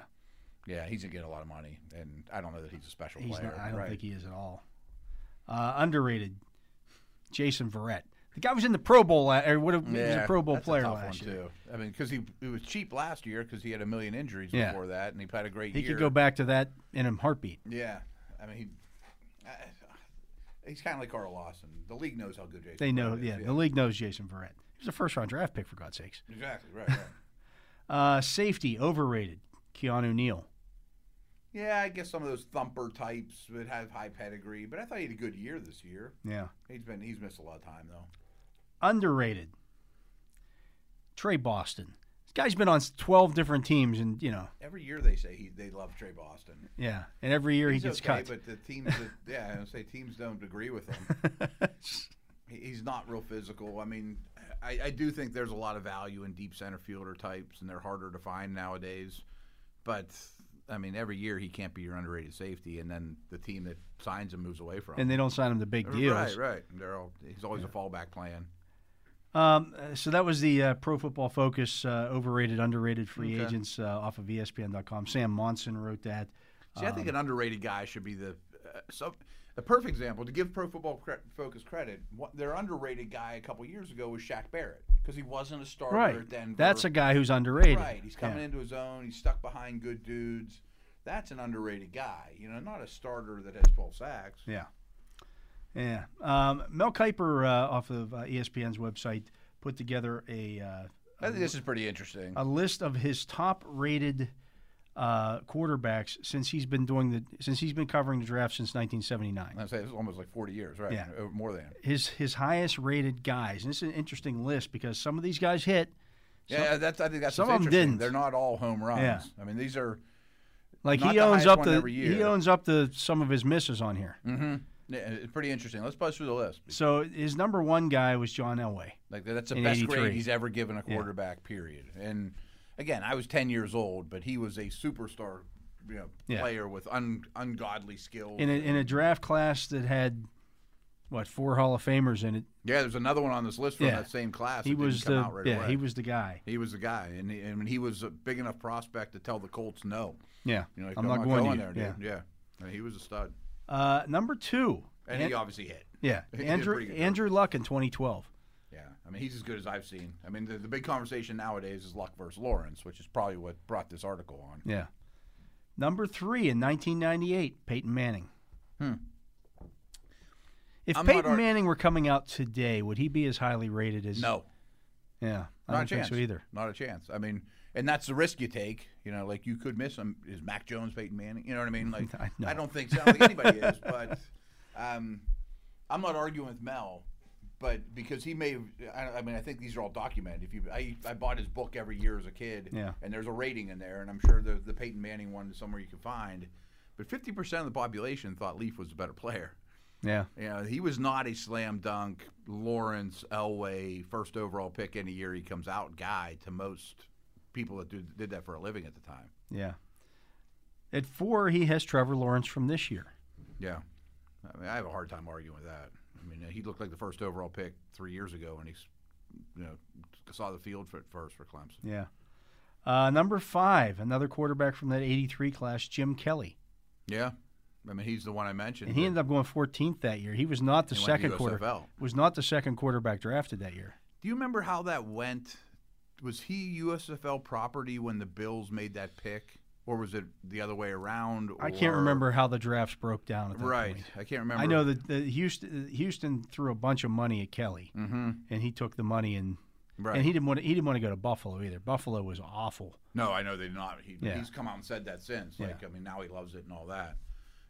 yeah, he's gonna get a lot of money, and I don't know that he's a special
He's
player.
not, I don't
right.
think he is at all. Uh, underrated, Jason Verrett. The guy was in the Pro Bowl, la- or would have he was a Pro Bowl
that's
player
tough
last
one
year.
Too. I mean, because he it was cheap last year because he had a million injuries
Yeah.
before that, and he had a great
He
year.
could go back to that in a heartbeat.
Yeah, I mean, he, I, he's kind of like Carl Lawson. The league knows how good Jason.
They know,
Verrett is,
yeah, the league knows Jason Verrett. He was a first round draft pick, for God's sakes.
exactly right. right.
Uh, safety, overrated, Keanu Neal.
yeah, I guess some of those thumper types would have high pedigree, but I thought he had a good year this year.
Yeah.
He's been he's missed a lot of time though.
Underrated, Trey Boston. This guy's been on 12 different teams, and, you know,
Every year they say he, they love Trey Boston.
yeah, and every year
He's
he gets
okay,
cut.
but the teams, that, yeah, I would say teams don't agree with him. He- He's not real physical. I mean, I, I do think there's a lot of value in deep center fielder types, and they're harder to find nowadays. But I mean, every year he can't be your underrated safety, and then the team that signs him moves away from
and
him.
they don't sign him to big deals.
Right, right. They're all, he's always a fallback plan.
Um, uh, so that was the uh, Pro Football Focus uh, overrated, underrated free agents uh, off of ESPN.com. Sam Monson wrote that.
See, I think
Um,
an underrated guy should be the uh, so the perfect example to give Pro Football cre- Focus credit. What, their underrated guy a couple years ago was Shaq Barrett because he wasn't a starter at Denver.
That's a guy who's underrated.
right. He's coming
Yeah.
into his own. He's stuck behind good dudes. That's an underrated guy. You know, not a starter that has 12 sacks.
Yeah. Yeah. Um, Mel Kiper uh, off of uh, ESPN's website put together a uh,
I think this is pretty interesting.
a list of his top rated uh, quarterbacks since he's been doing the since he's been covering the draft since 1979.
I'd say this is almost like 40 years, right?
Yeah.
Uh, More than.
His his highest rated guys, and this is an interesting list because some of these guys hit,
Yeah, yeah, that's. I think that's
some
what's
of 'em
interesting.
didn't.
They're not all home runs.
Yeah.
I mean, these are.
Like
Not
he
the
owns
highest
up
one
to
every year. Mm.
he owns up to some of his misses on here.
yeah, It's pretty interesting. Let's buzz through the list.
So his number one guy was John Elway.
Like that's the
In
best
83.
grade he's ever given a quarterback. Period. And again, I was ten years old, but he was a superstar, you know,
Yeah.
player with un- ungodly skills.
In a, in a draft class that had what four Hall of Famers in it,
yeah, there's another one on this list from
Yeah.
that same class.
he
that didn't
was
come
the
out right
yeah
away.
he was the guy.
He was the guy, and he, and he was a big enough prospect to tell the Colts no.
Yeah,
You know, like,
I'm not going, to
there,
you.
dude. Yeah, And he was a stud,
yeah. Uh, number two,
and
An-
he obviously hit.
yeah,
he did
Andrew
pretty good.
Andrew Luck in 2012.
Yeah, I mean he's as good as I've seen. I mean the, the big conversation nowadays is Luck versus Lawrence, which is probably what brought this article on.
Yeah, number three in 1998, Peyton Manning. If
Hmm. I'm not
Peyton
ar-
Manning were coming out today, would he be as highly rated as?
No,
Yeah, I
Not
don't
a chance.
think so either.
Not a chance. I mean, and that's the risk you take. You know, like you could miss him. Is Mac Jones Peyton Manning? You know what I mean? Like
I know.
I don't think so. I don't think anybody is. But um, I'm not arguing with Mel, but because he may. I, I mean, I think these are all documented. If you, I, I bought his book every year as a kid.
Yeah.
And there's a rating in there, and I'm sure the the Peyton Manning one is somewhere you can find. But 50% of the population thought Leaf was a better player.
Yeah.
You know, he was not a slam dunk Lawrence Elway first overall pick any year he comes out guy to most people that do, did that for a living at the time.
Yeah. At four, he has Trevor Lawrence from this year.
Yeah, I mean, I have a hard time arguing with that. I mean, he looked like the first overall pick three years ago, and he's you know saw the field for, first for Clemson.
Yeah. Uh, number five, another quarterback from that 83 class, Jim Kelly.
Yeah, I mean he's the one I mentioned.
And he
but
ended up going 14th that year. He was not the
he went to
second quarterback.
USFL.
Was not the second quarterback drafted that year.
Do you remember how that went? Was he USFL property when the Bills made that pick, or was it the other way around?
I can't
or-
remember how the drafts broke down at that
Right,
point.
I can't remember.
I know Mm-hmm. that the Houston Houston threw a bunch of money at Kelly, and he took the money and
Right.
And he didn't want to, he didn't want to go to Buffalo either. Buffalo was awful.
No, I know they did not. He,
Yeah.
He's come out and said that since. Like, I mean, now he loves it and all that.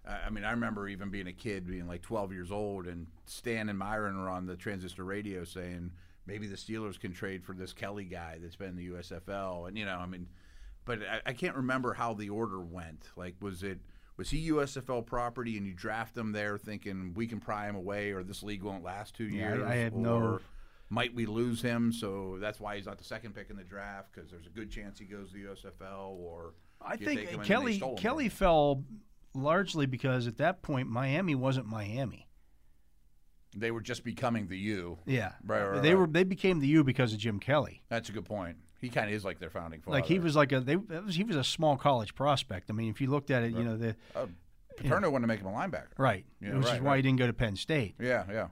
Uh, I mean, I remember even being a kid, being like 12 years old, and Stan and Myron were on the transistor radio saying maybe the Steelers can trade for this Kelly guy that's been in the USFL, and you know, I mean, but I, I can't remember how the order went. Like, was it was he USFL property, and you draft him there thinking we can pry him away, or this league won't last two
Yeah, I-
years?
I had no-
or- might we lose him? So that's why he's not the second pick in the draft because there's a good chance he goes to the USFL. Or
I
you take him
think
and they
Kelly
stole him.
Kelly fell largely because at that point Miami wasn't Miami.
they were just becoming the U.
Yeah,
Right, right,
They
right.
were they became the U because of Jim Kelly.
That's a good point. He kind of is like their founding father.
Like he was like a they that was, he was a small college prospect. I mean, if you looked at it, you know the
Uh, Paterno wanted to make him a linebacker.
right,
Yeah,
which is
right,
why he
right.
didn't go to Penn State.
Yeah, yeah.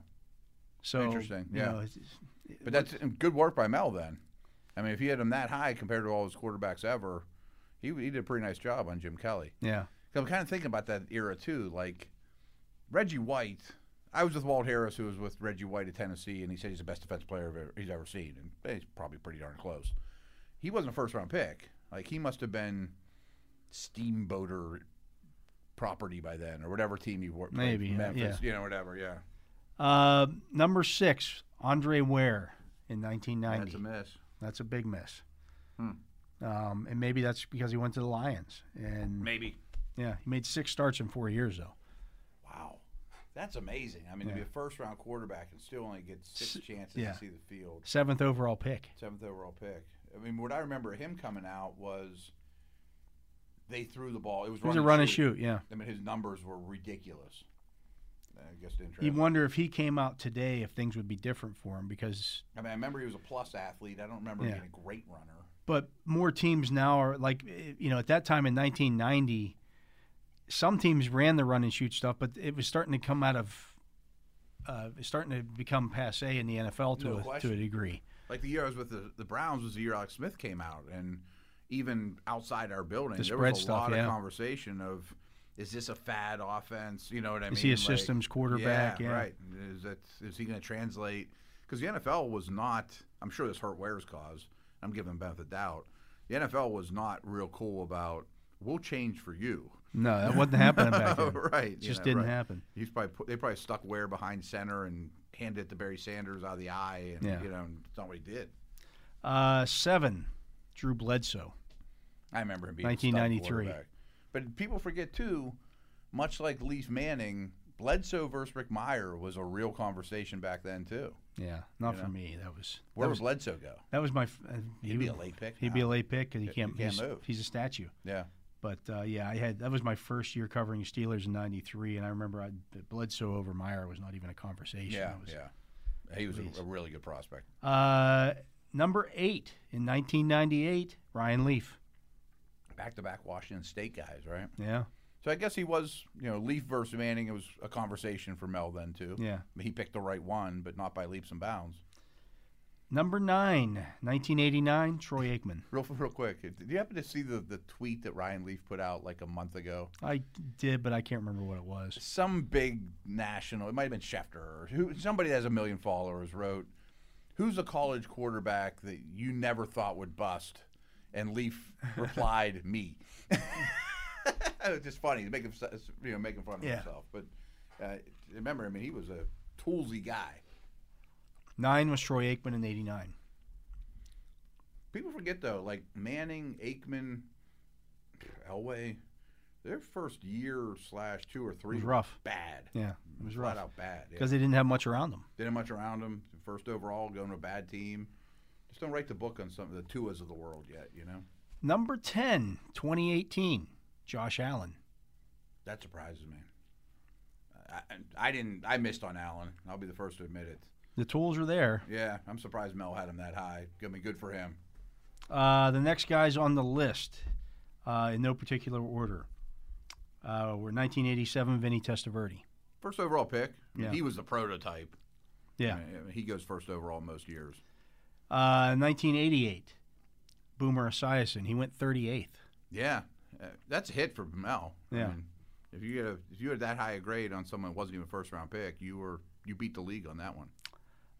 So
Interesting,
you
yeah.
know, it's- it's-
But that's good work by Mel then. I mean, if he had him that high compared to all his quarterbacks ever, he, he did a pretty nice job on Jim Kelly.
yeah,
'Cause I'm kind of thinking about that era too. Like Reggie White, I was with Walt Harris, who was with Reggie White at Tennessee, and he said he's the best defensive player I've ever- he's ever seen, and he's probably pretty darn close. He wasn't a first round pick. Like he must have been steamboater property by then, or whatever team he worked. played
Maybe,
for,
yeah,
Memphis,
yeah.
you know, whatever. Yeah,
Uh, number six, Andre Ware in 1990.
that's a miss.
That's a big miss.
Hmm.
Um, and maybe that's because he went to the Lions. And
Maybe.
yeah, he made six starts in four years though.
Wow, that's amazing. I mean, to be a first round quarterback and still only get six chances
yeah.
to see the field.
Seventh overall pick.
seventh overall pick. I mean, what I remember him coming out was they threw the ball. It was,
He was a
and
run and shoot. Yeah.
I mean, his numbers were ridiculous. I guess didn't
You
translate.
wonder if he came out today if things would be different for him because,
I mean, I remember he was a plus athlete. I don't remember
Yeah.
him being a great runner.
but more teams now are like, eh, you know, at that time in 1990, some teams ran the run and shoot stuff, but it was starting to come out of, uh, it's starting to become passe in the NFL to,
No
a, to a
question.
degree.
Like the year I was with the, the Browns was the year Alex Smith came out, and even outside our building,
The
there
spread
was a
stuff,
lot
yeah.
of conversation of, is this a fad offense? You know what I
Is
mean?
he a systems quarterback? Yeah.
right. Is that is he going to translate? Because the NFL was not. I'm sure this hurt Ware's cause. I'm giving him benefit of the doubt. The NFL was not real cool about. We'll change for you.
No, that wasn't happening back then.
right.
It
you
just
know,
didn't
right.
happen.
He's probably put, they probably stuck Ware behind center and handed it to Barry Sanders out of the eye, and
Yeah.
you know, and it's not what he did.
Uh, seven, Drew Bledsoe.
I remember him being a stud
1993.
quarterback. But people forget too, much like Leaf Manning, Bledsoe versus Rick Meyer was a real conversation back then too.
Yeah, not for me. That was
Where would Bledsoe go?
that was my. f- Uh, he
He'd be
would-
a late pick
He'd be a
now.
late pick because he can't,
can't
he's,
move.
He's a statue.
Yeah.
But uh, yeah, I had that was my first year covering Steelers in '93, and I remember I, Bledsoe over Meyer was not even a conversation.
Yeah,
It was-
yeah. He was a, a really good prospect.
Uh, number eight in 1998, Ryan Leaf.
Back to back Washington State guys, right?
Yeah,
So I guess he was, you know, Leaf versus Manning. It was a conversation for Mel then too.
Yeah.
I mean, he picked the right one, but not by leaps and bounds.
number nine, 1989, Troy Aikman.
Real, real quick, did you happen to see the, the tweet that Ryan Leaf put out like a month ago?
I did, but I can't remember what it was.
Some big national, it might have been Schefter or who, somebody that has a million followers wrote, "Who's a college quarterback that you never thought would bust?" And Leaf replied, "Me." it's just funny to make him, s- you know, making fun of
Yeah.
himself. But uh, remember, I mean, he was a toolsy guy.
Nine was Troy Aikman in '89.
People forget though, like Manning, Aikman, Elway, their first year slash two or three
was
were
rough.
bad.
Yeah, it was
flat
rough
out bad. Yeah.
because they didn't have much around them.
Didn't much around him. First overall, going to a bad team. Just don't write the book on some of the Tuas of the world yet, you know?
Number 10, 2018, Josh Allen.
That surprises me. I, I I didn't. I missed on Allen. I'll be the first to admit it.
The tools are there.
Yeah, I'm surprised Mel had him that high. I mean, good for him.
Uh, the next guys on the list, uh, in no particular order, uh, were 1987 Vinny Testaverde.
First overall pick. I mean,
Yeah.
He was the prototype.
Yeah.
I mean, he goes first overall most years.
Uh, 1988, Boomer Esiason. He went 38th.
Yeah, uh, that's a hit for Mel.
Yeah.
if you get a, if you had that high a grade on someone who wasn't even a first round pick, you were you beat the league on that one.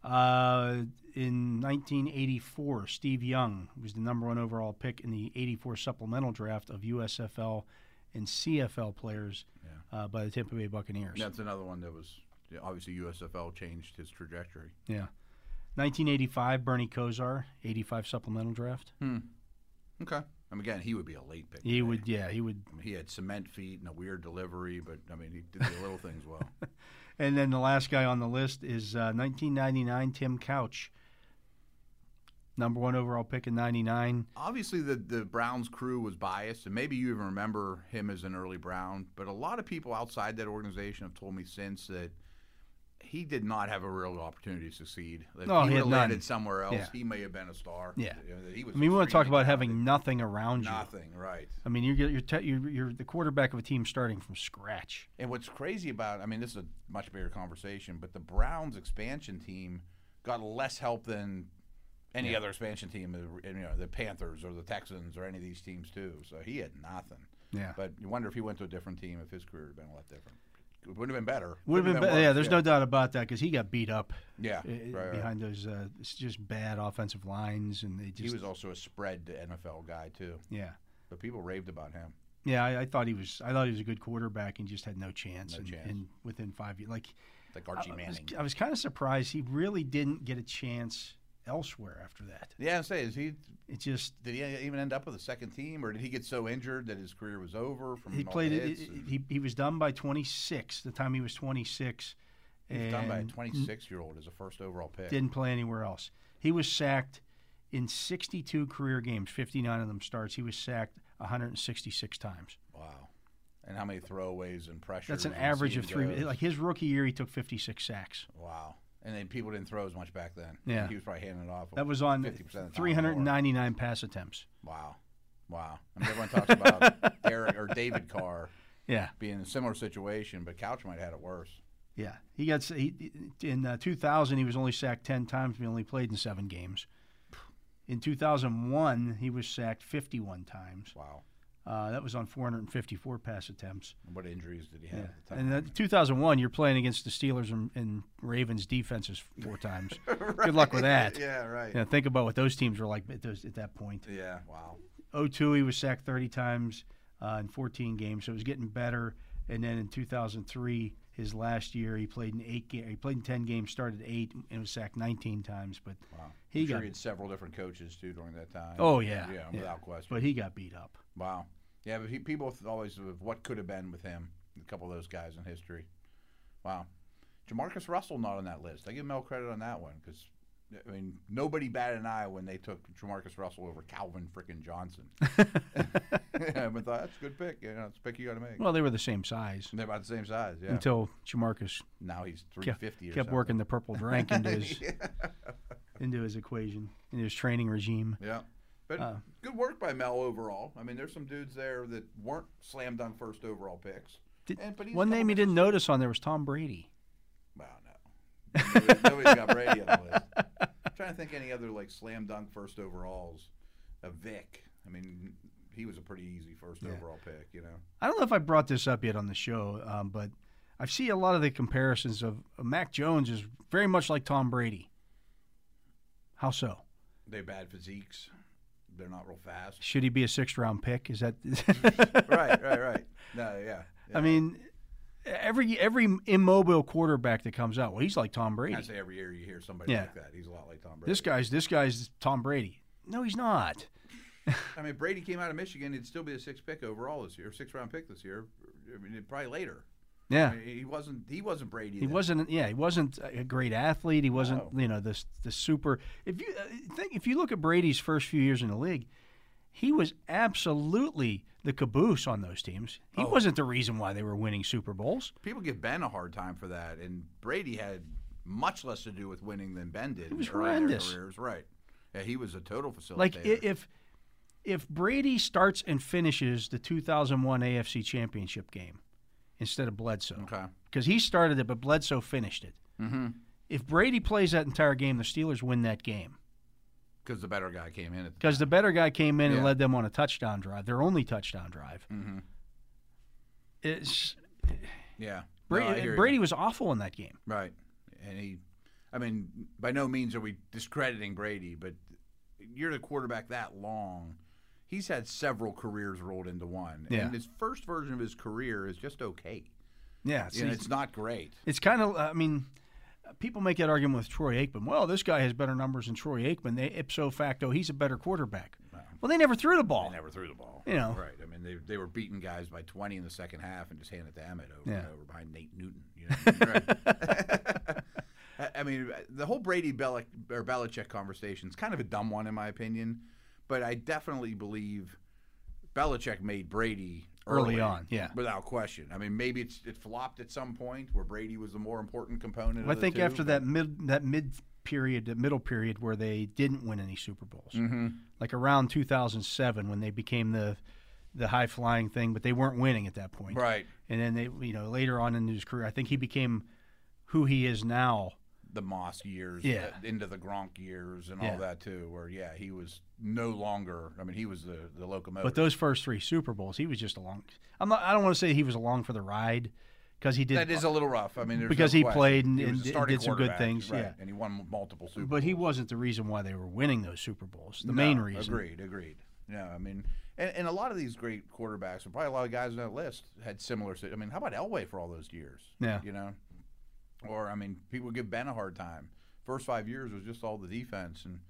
Uh, in 1984, Steve Young was the number one overall pick in the 84 supplemental draft of USFL and CFL players uh, by the Tampa Bay Buccaneers.
That's another one that was yeah, obviously USFL changed his trajectory.
Yeah. 1985, Bernie Kosar, 85 supplemental draft.
Hmm. Okay. I mean, again, he would be a late pick.
He would, yeah, he would.
I mean, he had cement feet and a weird delivery, but I mean, he did the little things well.
And then the last guy on the list is uh, 1999, Tim Couch, number one overall pick in 99.
Obviously, the the Browns crew was biased, and maybe you even remember him as an early Brown. But a lot of people outside that organization have told me since that he did not have a real opportunity to succeed. If
No, he
he, would
had
have
none.
landed somewhere else,
Yeah.
he may have been a star.
Yeah.
You know, he was
I mean, we want to talk
extremely
about having nothing around you.
nothing, right?
I mean, you're, you're, te- you're, you're the quarterback of a team starting from scratch.
And what's crazy about, I mean, this is a much bigger conversation, but the Browns expansion team got less help than any other expansion team, uh, you know, the Panthers or the Texans or any of these teams too. So he had nothing.
Yeah.
But you wonder if he went to a different team, if his career had been a lot different. It would have been better.
Would have been, be-
worse,
yeah. There's no doubt about that because he got beat up
Yeah.
i- i-
right, right.
behind those uh, it's just bad offensive lines, and they
He
just
was also a spread to NFL guy too,
yeah,
but people raved about him.
yeah. I, I thought he was, I thought he was a good quarterback, and just had no chance.
No
and,
chance.
and within five years, like
Like Archie
I was,
Manning.
I was kind of surprised he really didn't get a chance elsewhere after that.
Yeah, I say, is he?
It just
Did he even end up with a second team, or did he get so injured that his career was over from
he
all
played
the
it,
hits
it-
and-
he he was done by 26. The time he was 26,
He was done by a
and
26 year old as a first overall pick.
didn't play anywhere else. He was sacked in 62 career games, 59 of them starts. He was sacked 166 times.
wow. And how many throwaways and pressures?
That's an
and
average
see
of
and
three.
goes?
Like his rookie year, he took 56 sacks.
wow. And then people didn't throw as much back then.
Yeah.
He was probably handing it off.
That was on
50% of the time or more.
399 pass attempts.
Wow. Wow. I mean, everyone talks about Derek or David Carr
Yeah,
being in a similar situation, but Couch might have had it worse.
yeah. He got s- he, in uh, 2000. He was only sacked 10 times. But he only played in seven games. In 2001, he was sacked 51 times.
Wow.
Uh, that was on 454 pass attempts.
And what injuries did he have
Yeah.
at the time?
And uh, 2001, you're playing against the Steelers and, and Ravens defenses four times. Good luck with that.
yeah, right.
You know, think about what those teams were like at, those, at that point.
Yeah, wow.
02, he was sacked 30 times uh, in 14 games, so it was getting better. And then in 2003, his last year, he played in eight. Ga- he played in 10 games, started eight, and was sacked 19 times. But
Wow.
He
I'm sure
got-
he had several different coaches too during that time.
oh yeah,
Yeah, without question.
But he got beat up.
Wow. Yeah, but he, people th- always of what could have been with him. A couple of those guys in history. Wow. Jamarcus Russell not on that list. I give Mel credit on that one because. I mean, nobody batted an eye when they took Jamarcus Russell over Calvin frickin' Johnson. yeah, but thought, that's a good pick. You know, it's a pick you got to make.
Well, they were the same size
They're about the same size. Yeah.
until Jamarcus
now he's
kept,
350 or
kept
something.
working the purple drank into his into his equation, into his training regime.
Yeah. But
Uh.
good work by Mel overall. I mean, there's some dudes there that weren't slammed on first overall picks.
Did-
And- but he's
one
come
name
up
you didn't notice on there was Tom Brady.
Well, no. Nobody- Nobody's got Brady on the list. I'm trying to think any other like slam dunk first overalls. A Vic. I mean, he was a pretty easy first overall pick, you know.
I don't know if I brought this up yet on the show, um, but I've seen a lot of the comparisons of uh, Mac Jones is very much like Tom Brady. How so?
They have bad physiques. They're not real fast.
Should he be a sixth round pick? Is that?
right, right, right. No, yeah.
I mean, every every immobile quarterback that comes out, well, he's like Tom
I
Brady.
say every year you hear somebody
Yeah.
like that. He's a lot like Tom Brady.
This guy's this guy's Tom Brady. No, he's not.
I mean, Brady came out of Michigan. He'd still be a sixth pick overall this year, sixth round pick this year. I mean, probably later.
Yeah.
I mean, he wasn't. He wasn't Brady.
He
then.
wasn't. Yeah, he wasn't a great athlete. He wasn't, you know, this the super. If you uh, think, if you look at Brady's first few years in the league, he was absolutely the caboose on those teams. He wasn't the reason why they were winning Super Bowls.
People give Ben a hard time for that, and Brady had much less to do with winning than Ben did. He
was horrendous.
Careers. Right. Yeah, he was a total facilitator.
Like i if if Brady starts and finishes the 2001 AFC Championship game instead of Bledsoe,
okay.
because he started it, but Bledsoe finished it. If Brady plays that entire game, the Steelers win that game.
Because the better guy came in. At the,
because the better guy came in and
Yeah. Mm-hmm.
led them on a touchdown drive, their only touchdown drive. It's
yeah. No, I
Brady,
hear you.
Brady was awful in that game.
Right. And he. I mean, by no means are we discrediting Brady, but you're the quarterback that long. He's had several careers rolled into one,
Yeah.
and his first version of his career is just okay.
Yeah,
You
see,
know, it's not great.
It's kind of, I mean, people make that argument with Troy Aikman. Well, this guy has better numbers than Troy Aikman. They ipso facto, he's a better quarterback. Well, they never threw the ball.
They never threw the ball.
You know.
right? I mean, they, they were beating guys by 20 in the second half and just handed to Emmett over
Yeah.
and over behind Nate Newton. You know, what I mean? I mean, the whole Brady Belichick, or Belichick conversation is kind of a dumb one in my opinion, but I definitely believe Belichick made Brady
Early
early
on, yeah.
without question. I mean, maybe it's, it flopped at some point where Brady was the more important component.
I
of the
think
two,
after
but-
that mid that mid period, that middle period where they didn't win any Super Bowls,
Mm-hmm.
like around 2007 when they became the the high flying thing, but they weren't winning at that point.
right?
And then they, you know, later on in his career, I think he became who he is now.
the Moss years,
Yeah.
uh, into the Gronk years, and
Yeah.
all that too. Where yeah, he was no longer. I mean, he was the the locomotive.
But those first three Super Bowls, he was just along. I'm not. I don't want to say he was along for the ride because he did.
that is a little rough. I mean, there's
Because
no
he
question.
played and-
was
and
a
did-
starting
did some good
quarterback,
things,
right,
yeah.
and he won multiple Super.
but he
Bowls.
wasn't the reason why they were winning those Super Bowls. The
No,
main reason.
Agreed, agreed. No, I mean, and, and a lot of these great quarterbacks, and probably a lot of guys on that list had similar. si- I mean, how about Elway for all those years?
Yeah.
you know, or I mean, people give Ben a hard time. First five years was just all the defense, and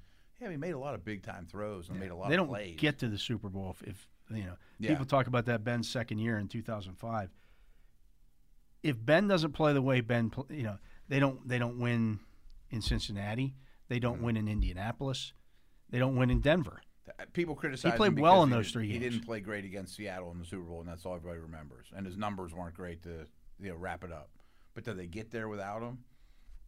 yeah, he made a lot of big time throws and made a lot.
They
of
don't
plays.
get to the Super Bowl if, if you know.
Yeah.
People talk about that Ben's second year in 2005. If Ben doesn't play the way Ben, pl- you know, they don't they don't win in Cincinnati. They don't
Hmm.
win in Indianapolis. They don't win in Denver.
Uh, People criticize.
played
him
well
because
in
he
those
did-
three
He
games.
didn't play great against Seattle in the Super Bowl, and that's all everybody remembers. And his numbers weren't great to you know wrap it up. But did they get there without him?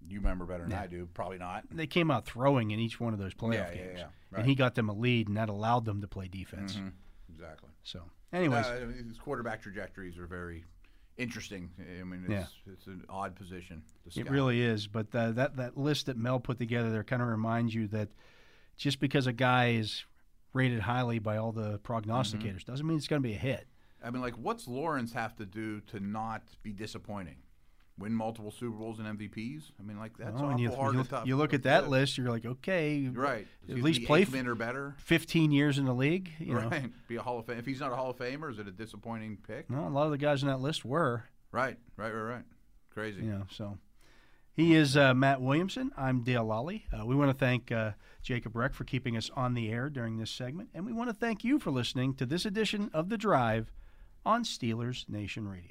You remember better than I do. Probably not.
They came out throwing in each one of those playoff
Yeah, yeah,
games,
yeah.
and
Right. Mm-hmm.
he got them a lead, and that allowed them to play defense.
Exactly.
So, anyways,
Uh, I mean, his quarterback trajectories are very interesting. I mean, it's, it's an odd position. to
It
scout.
really is. But uh, that that list that Mel put together there kind of reminds you that just because a guy is rated highly by all the prognosticators
Mm-hmm.
doesn't mean it's going to be a hit.
I mean, like, what's Lawrence have to do to not be disappointing? Win multiple Super Bowls and MVPs? I mean, like that's
Oh,
awful
and you,
hard
you,
to top.
you look at that list, you're like, okay,
Right. Is
At
he
least
the
play
eighth man or better.
15 years in the league. You know,
Right. Be a Hall of Fame. If he's not a Hall of Famer, is it a disappointing pick?
well, a lot of the guys on that list were.
Right, right, right, right. Crazy.
You know, so he is uh, Matt Williamson. I'm Dale Lally. Uh, we want to thank uh, Jacob Reck for keeping us on the air during this segment, and we want to thank you for listening to this edition of The Drive on Steelers Nation Radio.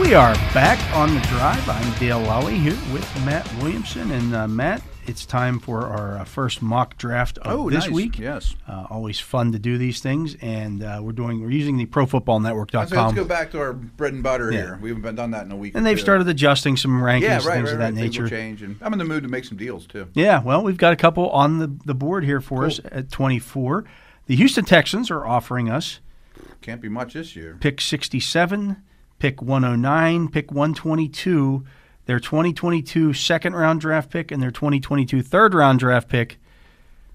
We are back on the drive. I'm Dale Lally here with Matt Williamson, and uh, Matt, it's time for our uh, first mock draft of this week.
Oh, Yes.
Uh, always fun to do these things, and uh, we're doing we're using the ProFootballNetwork.com.
So let's go back to our bread and butter
Yeah.
here. We haven't been done that in a week.
and
or
they've
two.
started adjusting some rankings,
yeah, right,
things
right,
of that
right. Things will
nature.
Change, and I'm in the mood to make some deals too.
Yeah, well, we've got a couple on the, the board here for us at 24. The Houston Texans are offering us
Can't be much this year.
pick 67, pick 109, pick 122, their 2022 second round draft pick, and their 2022 third round draft pick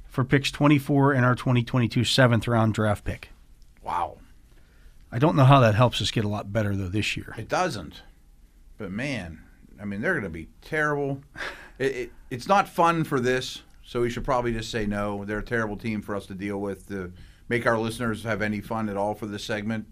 for picks 24 and our 2022 seventh round draft pick.
Wow.
I don't know how that helps us get a lot better, though, this year.
It doesn't. But man, I mean, they're going to be terrible. It, it, it's not fun for this, so we should probably just say no. They're a terrible team for us to deal with to make our listeners have any fun at all for this segment.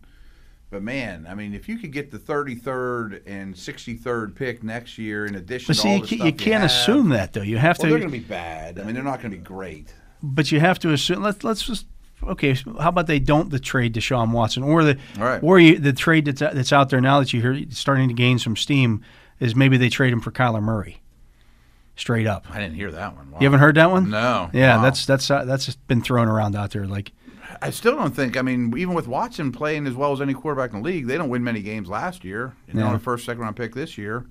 But man, I mean, if you could get the 33rd and 63rd pick next year, in addition
But
to
see,
all
you,
the
ca-
stuff
you can't
have,
assume that, though. You have
Well,
to.
they're going to be bad. I mean, they're not going to be great.
But you have to assume. Let's let's just okay. so How about they don't the trade Deshaun Watson or the
All right.
or you, the trade that's that's out there now that you hear it's starting to gain some steam is maybe they trade him for Kyler Murray, straight up.
I didn't hear that one. Wow.
You haven't heard that one?
No.
Yeah,
Wow.
that's that's uh, that's just been thrown around out there. Like
I still don't think. I mean, even with Watson playing as well as any quarterback in the league, they don't win many games last year. And they're on a first, second round pick this year.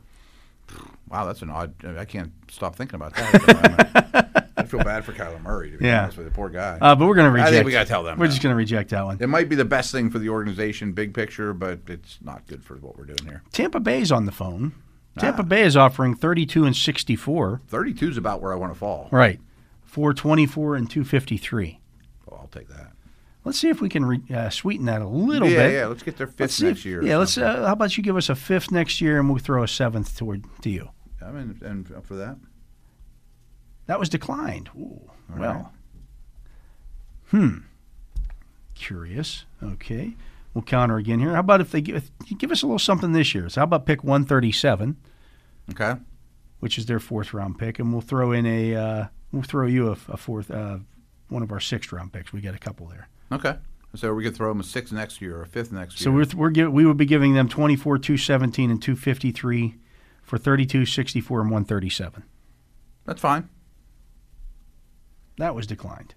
Wow, that's an odd. I can't stop thinking about that. I feel bad for Kyler Murray. To be
Yeah.
honest with you, poor guy.
Uh, but we're going to reject.
think we gotta tell them
We're
that.
just going to reject that one.
it might be the best thing for the organization, big picture, but it's not good for what we're doing here.
Tampa Bay's on the phone.
Ah.
Tampa Bay is offering 32 and 64.
32 is about where I want to fall.
Right. 424 and 253.
Oh, I'll take that.
Let's see if we can re- uh, sweeten that a little
yeah,
bit.
yeah. Let's get their fifth
Let's see
next
if-
year. or
Yeah, let's.
something.
Uh, how about you give us a fifth next year, and we'll throw a seventh toward to you.
I'm in, and up for that.
That was declined. Ooh,
All
well, Hmm.
right.
curious. Okay, we'll counter again here. How about if they give if- give us a little something this year? So how about pick one thirty seven,
Okay.
which is their fourth round pick, and we'll throw in a uh, we'll throw you a, f- a fourth uh, one of our sixth round picks. We got a couple there.
Okay. So we could throw them a sixth next year or a fifth next
So
year.
we're, th- we're gi- we would be giving them 24, 217, and 253 for 32, 64, and 137.
That's fine.
That was declined.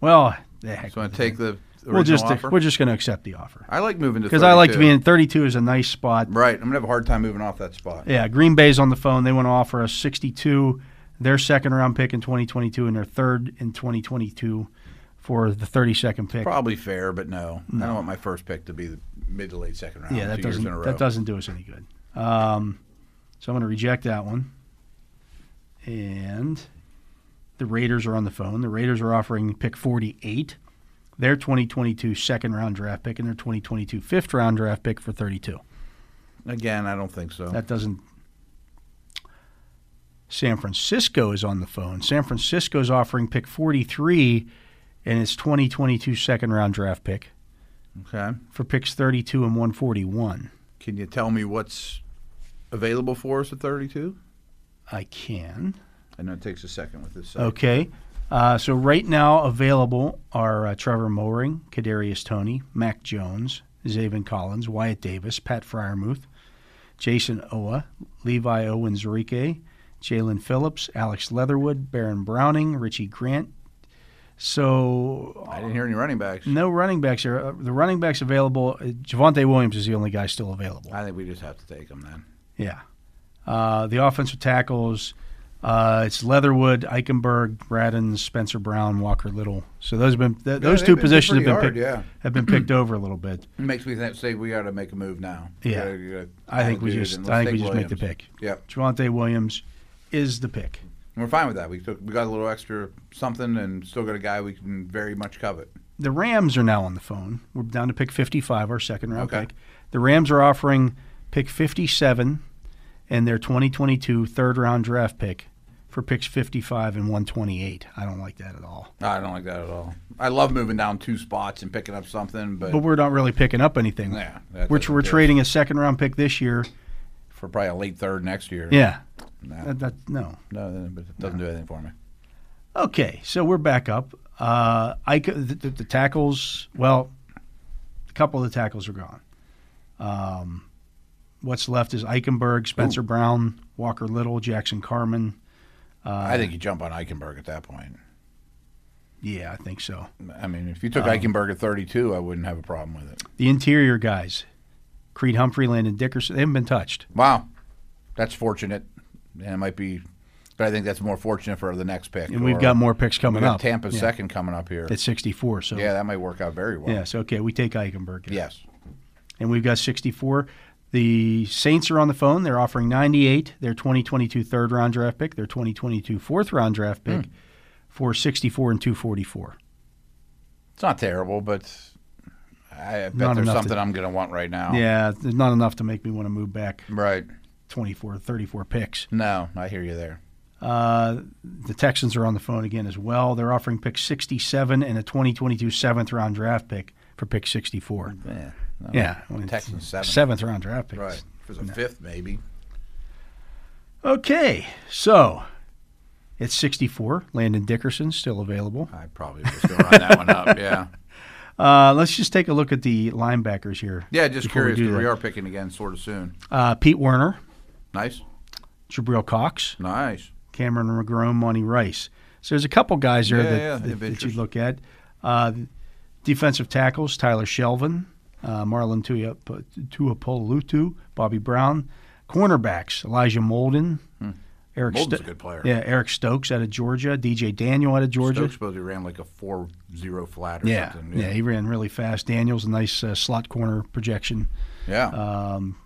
Well, the heck.
So I
with it.
take the original
we'll just
offer.
we're just going to accept the offer
I like moving to
because I like to be
32.
in 32 is a nice spot.
Right. I'm gonna have a hard time moving off that spot.
Yeah, Green Bay's on the phone. They want to offer us 62, their second round pick in 2022, and their third in 2022 for the 32nd pick.
Probably fair, but no. I don't want my first pick to be the mid to late second round.
yeah, that
Um, two years in a
doesn't
row.
that doesn't do us any good. Um, so I'm going to reject that one. And the Raiders are on the phone. The Raiders are offering pick 48, their 2022 second round draft pick, and their 2022 fifth round draft pick for 32.
Oh. Again, I don't think so.
That doesn't. San Francisco is on the phone. San Francisco is offering pick 43 and its 2022 second round draft pick
okay.
for picks 32 and 141.
Can you tell me what's available for us at 32?
I can.
I know it takes a second with this. site.
Okay. Uh, so right now available are uh, Trevor Mooring, Kadarius Tony, Mac Jones, Zaven Collins, Wyatt Davis, Pat Fryermuth, Jason Owa, Levi Owens Rike, Jalen Phillips, Alex Leatherwood, Baron Browning, Richie Grant. So
I didn't hear any running backs.
no running backs here. Uh, The running backs available. Uh, Javante Williams is the only guy still available.
I think we just have to take them then.
Yeah. Uh, the offensive tackles, uh, it's Leatherwood, Eichenberg, Braddon, Spencer Brown, Walker Little. So those have been th- those
they've
two
been
positions have
pretty
been
hard,
picked
yeah.
have been picked over a little bit.
It makes me th- say we got to make a move now. We
Yeah.
gotta- we gotta
I think we
do it,
just-
and
I
let's
think we
take
just make the
Williams.
pick.
Yeah,
Javante Williams is the pick.
and we're fine with that. We took we got a little extra something, and still got a guy we can very much covet.
The Rams are now on the phone. We're down to pick 55, our second round
Okay.
pick. The Rams are offering pick 57 and their 2022 third round draft pick for picks 55 and 128. I don't like that at all.
I don't like that at all. I love moving down two spots and picking up something, but,
But we're not really picking up anything.
yeah, that
Which
doesn't
we're
do it.
trading a second round pick this year.
for probably a late third next year.
Yeah.
Nah.
That, that, no.
no, then it doesn't do anything for me.
Okay, so we're back up. Uh, I c- the, the, the tackles. Well, a couple of the tackles are gone. Um, what's left is Eichenberg, Spencer Brown, Walker Little, Jackson Carmen. Uh,
I think you jump on Eichenberg at that point.
Yeah, I think so.
I mean, if you
Uh-huh.
took Eichenberg at 32, I wouldn't have a problem with it.
The interior guys, Creed Humphrey, Landon Dickerson, they haven't been touched.
Wow, that's fortunate, and it might be, but I think that's more fortunate for the next pick.
And we've
or-
got more picks
we
coming
got
up.
Tampa's
yeah,
second coming up here.
at 64. So
yeah, that might work out very well.
yeah, so okay, we take Eichenberg.
Yes.
and we've got 64. The Saints are on the phone. They're offering 98, their 2022 third round draft pick, their 2022 fourth round draft pick
Hmm.
for 64 and 244.
It's not terrible, but I bet
Not
there's
enough to-
something I'm going to want right now.
Yeah, there's not enough to make me want to move back
Right.
24, 34 picks.
No, I hear you there.
Uh, the Texans are on the phone again as well. They're offering pick 67 and a 2022 seventh round draft pick for pick 64.
Yeah. no.
Yeah, I mean,
Texans seventh.
seventh round draft pick.
Right. If it's a fifth, maybe.
Okay, so it's 64. Landon Dickerson still available.
I probably was going to run that one up. Yeah.
Uh, let's just take a look at the linebackers here.
Yeah, just
Before we
curious
do
'cause we
that.
are picking again sort of soon.
Uh, Pete Werner,
Nice.
Jabril Cox,
Nice.
Cameron McGrone, Monty Rice. So there's a couple guys there
Yeah,
that,
yeah,
that,
of
that you
interest.
look at. Uh, Defensive tackles Tyler Shelvin, uh, Marlon Tuiap- Tuapolutu, Bobby Brown. Cornerbacks Elijah Molden, Eric
Hmm. Molden's
Sto-
a good player.
Yeah, Eric Stokes out of Georgia, DJ Daniel out of Georgia.
Stokes supposedly ran like a four-zero flat or
yeah,
something.
yeah, he ran really fast. Daniel's a nice uh, slot corner projection.
Yeah.
Um,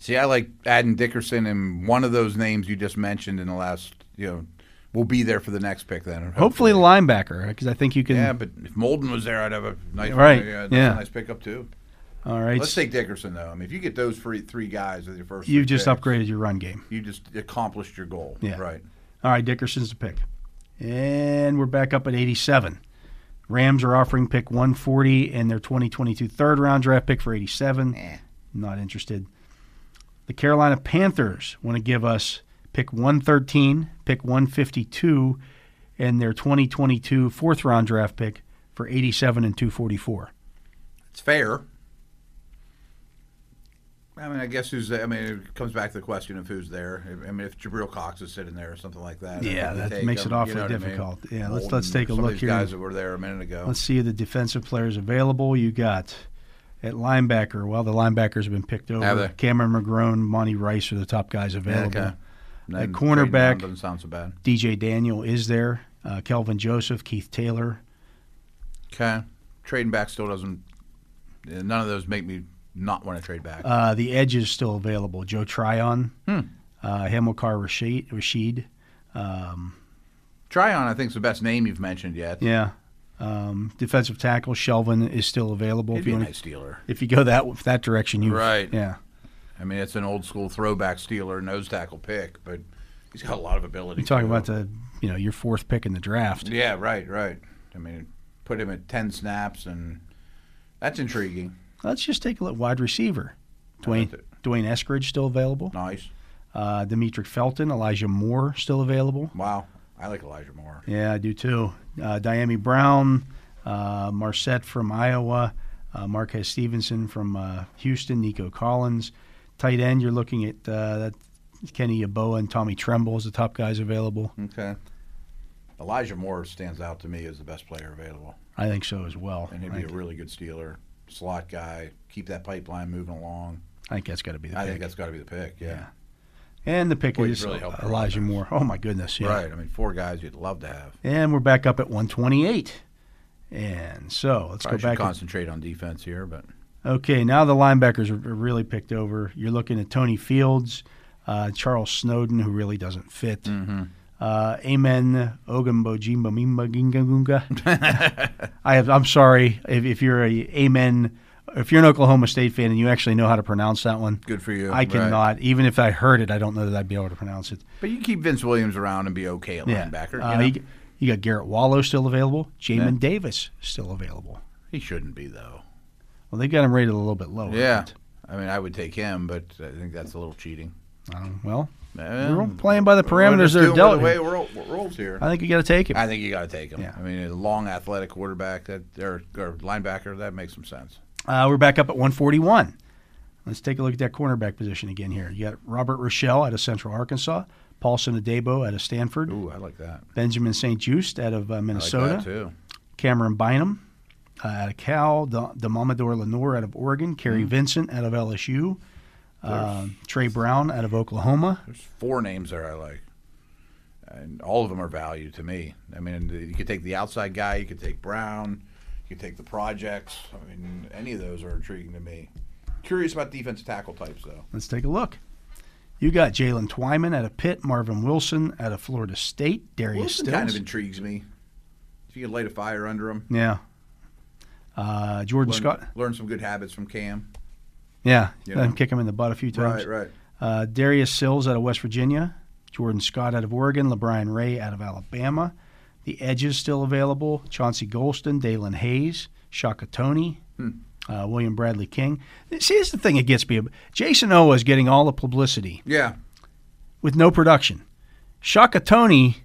See, I like Aden Dickerson, and one of those names you just mentioned in the last, you know, will be there for the next pick then.
hopefully, linebacker because I think you can.
Yeah, but if Molden was there, I'd have a nice,
Right,
yeah, that's
yeah.
a nice pickup too.
all right,
Let's take Dickerson though. I mean, if you get those three three guys with your first,
you've
three
just
picks,
upgraded your run game.
You just accomplished your goal.
Yeah.
Right.
All right, Dickerson's the pick. And we're back up at 87. Rams are offering pick 140 and their 2022 third round draft pick for 87. Not interested. The Carolina Panthers want to give us pick 113, pick 152, and their 2022 fourth round draft pick for 87 and 244.
It's fair. I mean, I guess who's. I mean, it comes back to the question of who's there. I- I mean, if Jabril Cox is sitting there or something like
Yeah,
that. I think you
that
take
makes it
him, you
awfully
know what I mean?
difficult. Yeah, let's-
Molden,
let's take a
some of
look
these
here.
Guys that were there a minute ago.
Let's see the defensive players available. You got at linebacker. Well, the linebackers have been picked over.
Have they?
Cameron McGrone, Monty Rice are the top guys available.
Okay.
At
Then
cornerback-
trading down doesn't sound so bad.
DJ Daniel is there. Uh, Kelvin Joseph, Keith Taylor.
Okay, trading back still doesn't. yeah, None of those make me not want to trade back.
Uh, the edge is still available. Joe Tryon,
Hmm.
uh, Hamilcar Rashid. Rashid. Um,
Tryon, I think, is the best name you've mentioned yet.
yeah. Um, defensive tackle Shelvin is still available.
He'd
if
be
you
a
wanna-
nice Steeler.
if you go that that direction, you
Right.
Yeah.
I mean, it's an old school throwback Steeler nose tackle pick, but he's got a lot of ability.
You're talking
too.
about the you know your fourth pick in the draft.
Yeah, right, right. I mean, put him at ten snaps, and that's intriguing.
Let's just take a look. Wide receiver, Dwayne
that's it.
Dwayne Eskridge still available.
Nice.
Uh, Dimitri Felton, Elijah Moore still available.
Wow, I like Elijah Moore.
Yeah, I do too. Uh, Diami Brown, uh, Marset from Iowa, uh, Marquez Stevenson from uh, Houston, Nico Collins, tight end. You're looking at uh, that Kenny Yaboa and Tommy Tremble as the top guys available.
Okay. Elijah Moore stands out to me as the best player available,
I think so as well.
and he'd
I,
be a really good Steeler slot guy. Keep that pipeline moving along.
I think that's got to be the
I
pick.
think that's got to be the pick. Yeah.
and the pick
Boy,
is
he's really helped our
Elijah
offense.
Moore. Oh my goodness! Yeah.
Right. I mean, four guys you'd love to have.
And we're back up at 128. And so let's
Probably
go back.
should concentrate on defense here, but
Okay, now the linebackers are are really picked over. You're looking at Tony Fields, uh, Charles Snowden, who really doesn't fit.
Mm-hmm.
Uh, Amen Ogumbo I have. I'm sorry if, if you're a Amen. If you're an Oklahoma State fan and you actually know how to pronounce that one,
good for you.
I cannot. Even if I heard it, I don't know that I'd be able to pronounce it.
But you keep Vince Williams around and be okay at
Yeah.
linebacker.
Uh,
you know?
you, g- you got Garrett Wallow still available. Jamin Davis still available.
He shouldn't be though.
Well, they got him rated a little bit lower.
Yeah. I mean, I would take him, but I think that's a little cheating. Um,
but, um, well,
We're
all playing by the parameters
just
that are
doing
dealt
The way
here.
we're, we're rules here.
I think you got to take it.
I think you got to take him.
Yeah.
I mean, a long athletic quarterback that or, or linebacker that makes some sense.
Uh, we're back up at 141. Let's take a look at that cornerback position again here. You got Robert Rochelle out of Central Arkansas, Paulson Adebo out of Stanford,
Ooh, I like that.
Benjamin St. Just out of uh,
I like
Minnesota,
that too.
Cameron Bynum uh, out of Cal, Da- Damamador Lenore out of Oregon,
Hmm.
Kerry Vincent out of LSU, uh, Trey Brown out of Oklahoma.
There's four names there I like, and all of them are value to me. I mean, you could take the outside guy, you could take Brown, you could take the projects. I mean, any of those are intriguing to me. Curious about defensive tackle types though.
Let's take a look. You got Jalen Twyman out of Pitt, Marvin Wilson out of Florida State, Darius
Wilson
Stills.
kind of intrigues me. If you could light a fire under him,
yeah. Uh, Jordan
learn,
Scott.
learn some good habits from Cam.
Yeah,
You
let him
know?
kick him in the butt a few times.
Right, right.
Uh, Darius Sills out of West Virginia, Jordan Scott out of Oregon, LeBron Ray out of Alabama. The edges still available: Chauncey Golston, Dalen Hayes, Shaka Tony,
Hmm.
uh, William Bradley King. See, here's the thing that gets me: Jason Owa is getting all the publicity
Yeah,
with no production. Shaka Tony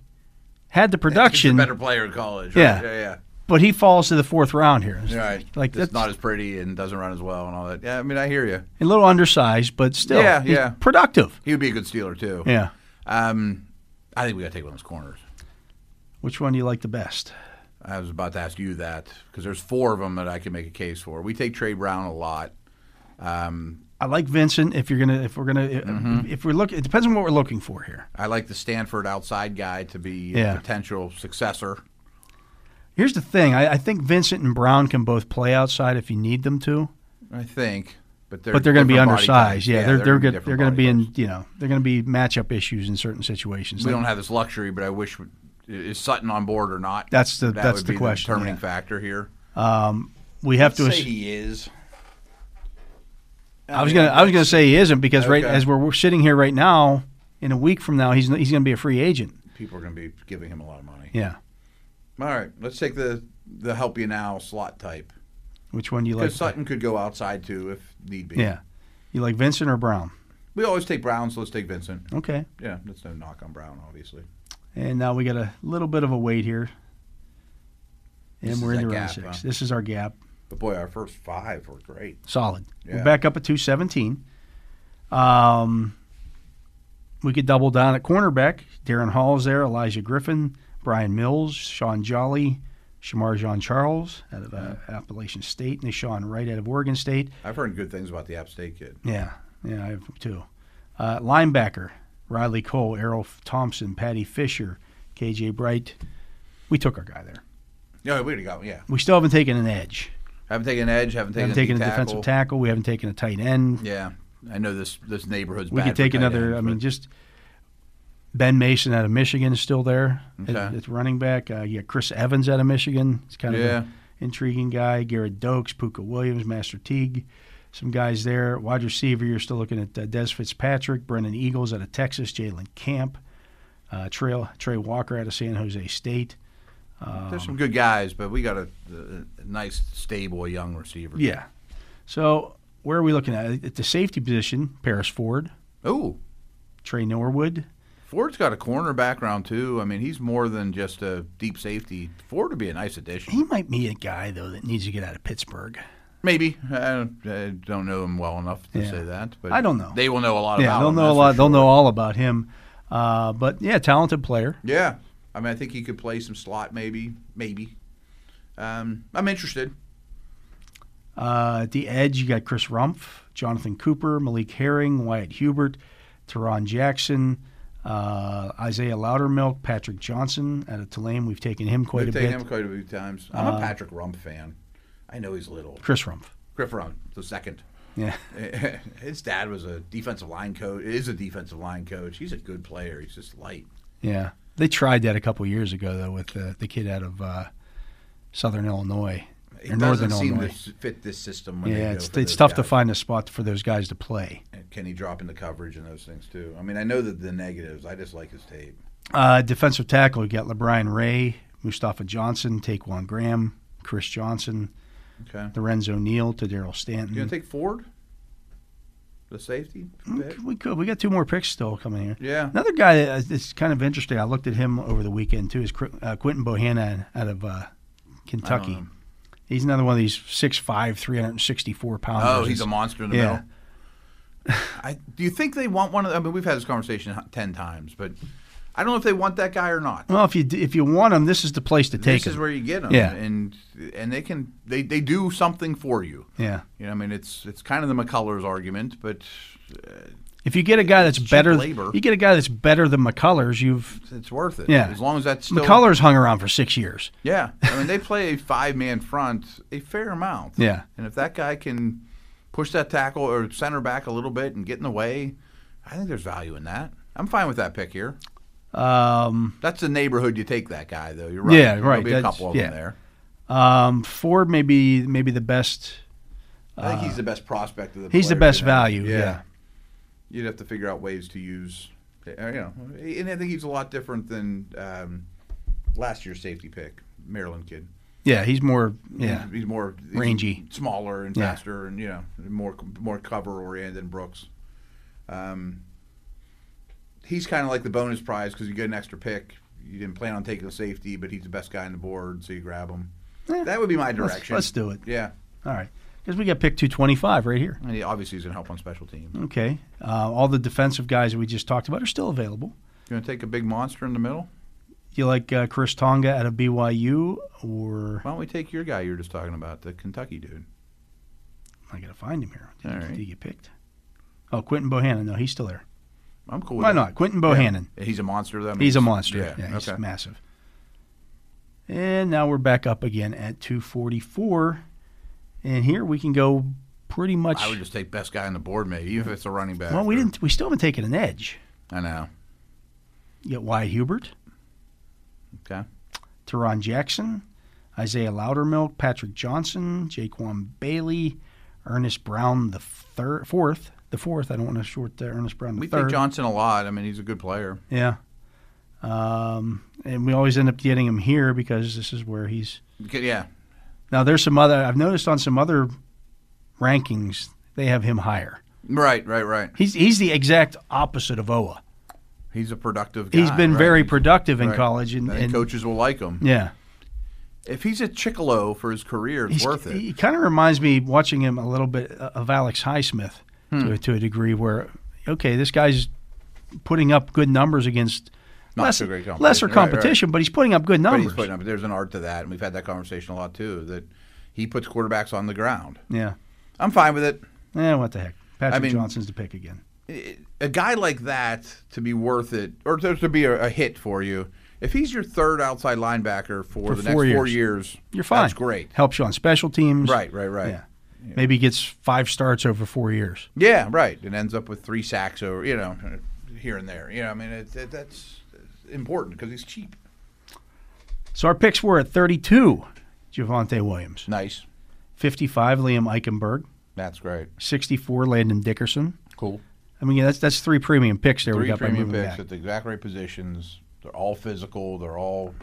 had the
He's
production,
a better player in college. Right?
Yeah.
yeah, yeah.
but he falls to the fourth round here.
You're Right.
Like
that's
that's
not as pretty and doesn't run as well and all that. Yeah, I mean, I hear you.
a little undersized, but still,
Yeah,
he's
yeah.
productive.
He would be a good stealer too.
Yeah.
Um, I think we got to take one of those corners.
Which one do you like the best?
I was about to ask you that because there's four of them that I can make a case for. We take Trey Brown a lot. Um,
I like Vincent. If you're gonna, if we're gonna,
Mm-hmm.
if we're look, it depends on what we're looking for here.
I like the Stanford outside guy to be
Yeah.
a potential successor.
Here's the thing. I, I think Vincent and Brown can both play outside if you need them to,
I think, but they're
but they're going to be
different body
undersized.
types.
Yeah, they're they're
gonna be
good.
different
They're going to
body
be
types.
in you know they're going to be matchup issues in certain situations.
We
Like-
don't have this luxury, but I wish is Sutton on board or not?
That's the-
that
that's
would
the
be
question,
determining
yeah.
factor here.
we have to. ass-
he is.
I was gonna I was gonna say he isn't because right
Okay.
as we're, we're sitting here right now, in a week from now he's he's going to be a free agent.
People are going to be giving him a lot of money.
Yeah.
All right, let's take the the help you now slot type
Which one do you like?
because Sutton could go outside too if need be.
Yeah. You like Vincent or Brown?
we always take Brown, so let's take Vincent.
Okay.
Yeah, that's no knock on Brown, obviously.
And now we got a little bit of a wait here. And
This
we're
is
into
that
round
gap,
six.
huh?
This is our gap.
But boy, our first five were great.
Solid. We're
Yeah.
back up at 217. Um, we could double down at cornerback. Darren Hall's there, Elijah Griffin, Brian Mills, Sean Jolly, Shamar Jean Charles out of uh, Appalachian State, and Sean Wright out of Oregon State.
I've heard good things about the App State kid.
Yeah, yeah, I have two. Uh, linebacker: Riley Cole, Errol F- Thompson, Patty Fisher, KJ Bright. We took our guy there.
Yeah, we already got yeah.
We still haven't taken an edge.
Haven't taken an edge. Haven't
We
taken,
haven't taken a
D
defensive tackle. We haven't taken a tight end.
Yeah, I know this this neighborhood's.
we
bad
could
for
take
tight
another.
ends,
I mean,
but-
just Ben Mason out of Michigan is still there. It-
Okay.
it's running back. Uh, yeah, Chris Evans out of Michigan. It's kind of
Yeah.
an intriguing guy. Garrett Dokes, Puka Williams, Master Teague. Some guys there. Wide receiver, you're still looking at uh, Des Fitzpatrick, Brendan Eagles out of Texas, Jalen Camp, uh, Trail, Trey Walker out of San Jose State.
there's
uh,
some good guys, but we got a, a nice stable of young receiver.
Yeah. So where are we looking at? At the safety position, Paris Ford,
Oh,
Trey Norwood,
Ford's got a corner background too. I mean, he's more than just a deep safety. Ford would be a nice addition.
He might be a guy though that needs to get out of Pittsburgh.
Maybe I don't, I don't know him well enough to
Yeah.
say that, but
I don't know.
They will know a lot
Yeah,
about.
they'll
him,
know a
that's for
lot. They'll
sure.
know all about him. Uh, but yeah, talented player.
Yeah, I mean, I think he could play some slot, maybe, maybe. Um, I'm interested.
Uh, at the edge, you got Chris Rumpf, Jonathan Cooper, Malik Herring, Wyatt Hubert, Teron Jackson, uh, Isaiah Loudermilk, Patrick Johnson out of Tulane. We've taken him quite
We've
a
taken
bit. Uh,
him quite a few times. I'm a Patrick Rump fan. I know he's little.
Chris Rumpf.
Griff Rump, the second.
Yeah.
His dad was a defensive line coach. Is a defensive line coach. He's a good player. He's just light.
Yeah. They tried that a couple years ago though with the, the kid out of uh, Southern Illinois.
It
or Northern
doesn't seem
Illinois.
to s- fit this system. When they
yeah,
go
it's
for
it's
those
tough to
guys.
find a spot for those guys to play.
And Can he drop into coverage and those things too? I mean, I know that the negatives. I just like his tape.
Uh, defensive tackle, you got LeBron Ray, Mustafa Johnson, Taquan Graham, Chris Johnson,
Okay.
Lorenzo Neal to Daryl
You gonna
Stanton.
take Ford? The safety. pick?
We could. We got two more picks still coming here.
Yeah.
Another guy that is kind of interesting. I looked at him over the weekend too. Is Qu- uh, Quentin Bohanna out of uh, Kentucky? He's another one of these 6'5", 364 pounders.
Oh, he's a monster in the
Yeah.
middle. I, do you think they want one of? I mean, we've had this conversation h- ten times, but I don't know if they want that guy or not.
well. If you d- if you want him, this is the place to take
this is
him.
where you get them.
Yeah.
and and they can they, they do something for you.
yeah.
You know, I mean, it's it's kind of the McCullers argument, but
If you get a guy that's
cheap
better,
labor.
you get a guy that's better than McCullers. You've
it's worth it.
Yeah.
as long as that's still
McCullers hung around for six years.
Yeah, I mean, they play a five man front a fair amount.
Yeah.
and if that guy can push that tackle or center back a little bit and get in the way, I think there's value in that. I'm fine with that pick here.
Um,
That's the neighborhood you take that guy, though. You're right.
Yeah, right,
There'll be a
that's-
couple of
yeah.
them there.
Um, Ford may be maybe the best.
I think he's the best prospect of the.
Uh, He's the
players,
best
you know.
value. Yeah.
you'd have to figure out ways to use. uh, You know, and I think he's a lot different than um, last year's safety pick, Maryland kid.
yeah, he's more. Yeah,
he's, he's more he's
Rangy.
smaller and
Yeah.
faster, and you know more more cover oriented than Brooks. Um, he's kind of like the bonus prize because you get an extra pick. You didn't plan on taking the safety, but he's the best guy on the board, so you grab him. that would be my
let's,
direction.
let's do it.
Yeah,
All right, because we got pick two twenty five right here.
and he obviously he's gonna help on special teams.
Okay, uh, all the defensive guys that we just talked about are still available.
You gonna take a big monster in the middle?
Do you like uh, Chris Tonga out of BYU, or
Why don't we take your guy you were just talking about, the Kentucky dude?
I gotta find him here? Did,
All right.
did he get picked? Oh, Quentin Bohannon. No, he's still there.
I'm cool.
Why
with that.
not? Quentin Bohannon.
He's a monster, though. I mean,
He's a monster. Yeah, he's
okay.
massive. And now we're back up again at 244. And here we can go pretty much.
I would just take best guy on the board, maybe, even if it's a running back.
well, we
or-
didn't. We still haven't taken an edge.
I know.
You got Wyatt Hubert,
Okay.
Teron Jackson, Isaiah Loudermilk, Patrick Johnson, Jaquan Bailey, Ernest Brown the third, fourth, the fourth. I don't want to short uh, Ernest Brown the
We
third.
think Johnson a lot. I mean, he's a good player.
yeah. Um, and we always end up getting him here because this is where he's
Okay, Yeah.
Now there's some other I've noticed on some other rankings they have him higher.
Right, right, right.
He's he's the exact opposite of Oa.
He's a productive guy.
He's been
Ah, right?
very
He's-
productive in
right.
college and,
I think
and
coaches will like him.
yeah.
If he's a chickalo for his career, it's
He's-
worth it.
He kind of reminds me watching him a little bit uh, of Alex Highsmith
Hmm.
to, a- to a degree where okay, this guy's putting up good numbers against
Not
less-
so great competition.
lesser
Right, right.
competition, but he's putting up good
But
numbers.
he's putting up. There's an art to that, and we've had that conversation a lot too. That he puts quarterbacks on the ground.
yeah.
I'm fine with it.
Eh, what the heck. Patrick
mean-
Johnson's the pick again.
a guy like that to be worth it or to, to be a, a hit for you, if he's your third outside linebacker for,
For
the
four
next four
years.
years,
You're fine.
That's great.
Helps you on special teams.
Right, right, right.
Yeah. Maybe gets five starts over four years.
Yeah, right. It ends up with three sacks over, you know, here and there. You know, I mean, it, it, that's important because he's cheap.
So our picks were at 32, Javante Williams,
Nice.
55, Liam Eichenberg,
That's great.
64, Landon Dickerson.
Cool.
I mean, yeah, that's that's three premium picks there we
Three
got by
premium
moving
picks
back.
at the exact right positions. They're all physical. They're all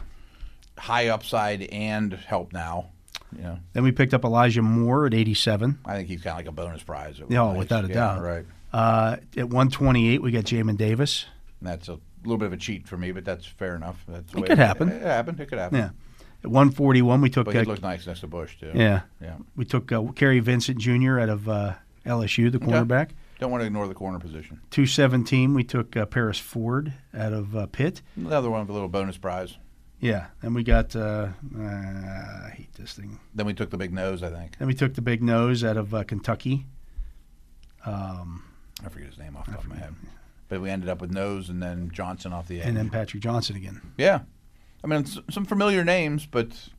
high upside and help now. You know,
Then we picked up Elijah Moore at 87.
I think he's kind of like a bonus prize. It was
Yeah, oh, without a
Yeah,
doubt.
Right.
Uh, at 128, we got Jamin Davis.
And that's a little bit of a cheat for me, but that's fair enough. That's the
It
way
could happen.
It happened. It could happen.
Yeah. At 141, we took
But he
uh,
looked nice next to Bush too.
yeah
Yeah.
we took uh, Kerry Vincent Jr. out of uh, LSU, the cornerback.
Don't want to ignore the corner position.
217, we took uh, Paris Ford out of uh, Pitt.
Another one with a little bonus prize.
Yeah, and we got. Uh, uh, I hate this thing.
Then we took the big nose. I think
Then we took the big nose out of uh, Kentucky. Um,
I forget his name off the top of my head. But we ended up with nose and then Johnson off the edge.
and then Patrick Johnson again.
yeah, I mean s- some familiar names, but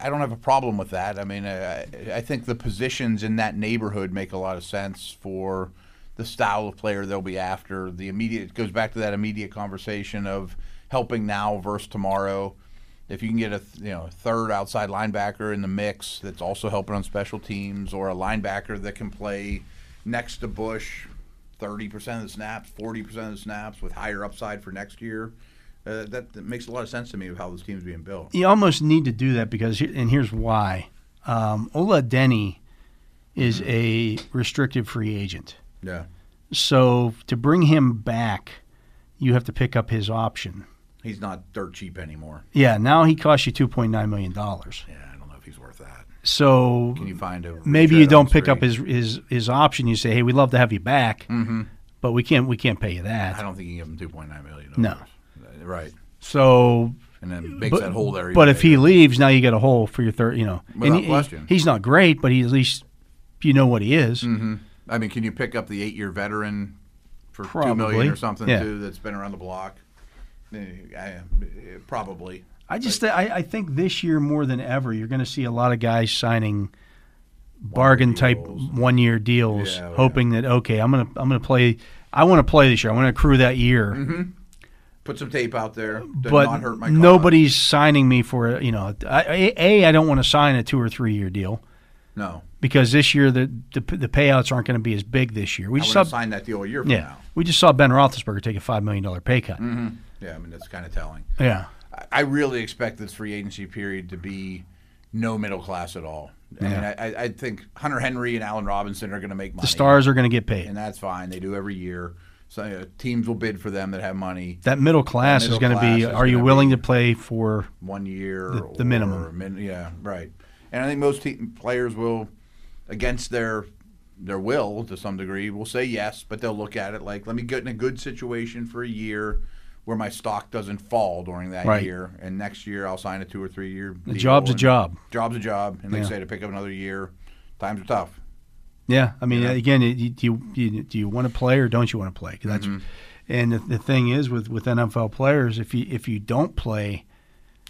I don't have a problem with that. I mean, I, I think the positions in that neighborhood make a lot of sense for the style of player they'll be after. The immediate it goes back to that immediate conversation of helping now versus tomorrow. If you can get a th- you know third outside linebacker in the mix that's also helping on special teams, or a linebacker that can play next to Bush, thirty percent of the snaps, forty percent of the snaps, with higher upside for next year, uh, that, that makes a lot of sense to me of how this team's being built.
You almost need to do that because, here- and here's why. Um, Ola Denny is a restricted free agent.
Yeah.
So to bring him back, you have to pick up his option.
He's not dirt cheap anymore.
Yeah, now he costs you $2.9 million.
Yeah, I don't know if he's worth that.
So
Can you find a
maybe you don't pick up his, his, his option. You say, hey, we'd love to have you back,
Mm-hmm.
but we can't, we can't pay you that.
I don't think you can give him two point nine million.
No.
dollars. right,
So,
and then makes that hole there. even
but if he
bigger.
leaves, now you got a hole for your third. You know, And
Without
he-
question.
he's not great, but he at least you know what he is.
Mhm. I mean, can you pick up the eight year veteran for two
Probably.
million or something
Yeah.
too? That's been around the block. Eh, I- eh, probably.
I just I, I think this year more than ever, you're going to see a lot of guys signing bargain type
deals.
one year deals,
Yeah, oh, yeah.
hoping that okay, I'm gonna I'm gonna play. I want to play this year. I want to accrue that year,
Mm-hmm. Put some tape out there. Does
but
not hurt my cause.
nobody's signing me for a- you know. I, a I don't want to sign a two or three year deal
No,
because this year the the, the payouts aren't going to be as big this year. We
I
just
would
saw
have signed that deal a year from
yeah,
now.
we just saw Ben Roethlisberger take a five million dollar pay cut.
Mhm. Yeah, I mean that's kind of telling.
Yeah.
I- I really expect this free agency period to be no middle class at all. I mean, I, I- I think Hunter Henry and Allen Robinson are going to make money.
The stars are going to get paid.
and that's fine. They do every year. So uh, teams will bid for them that have money
That middle class
middle
is going to
class
be.
is
Are you
gonna
willing to play for?
one year.
The- the minimum.
or min- yeah, right. And I think most te- players will, against their their will to some degree, will say yes, but they'll look at it like, let me get in a good situation for a year. where my stock doesn't fall during that
Right.
year. And next year I'll sign a two or three year.
The job's a
and
job.
Job's a job, and like
Yeah.
you say, to pick up another year, times are tough.
Yeah, I mean, again, it- you, you, you, do you want to play or don't you want to play? 'Cause
Mm-hmm.
that's and the, the thing is with with NFL players, if you if you don't play,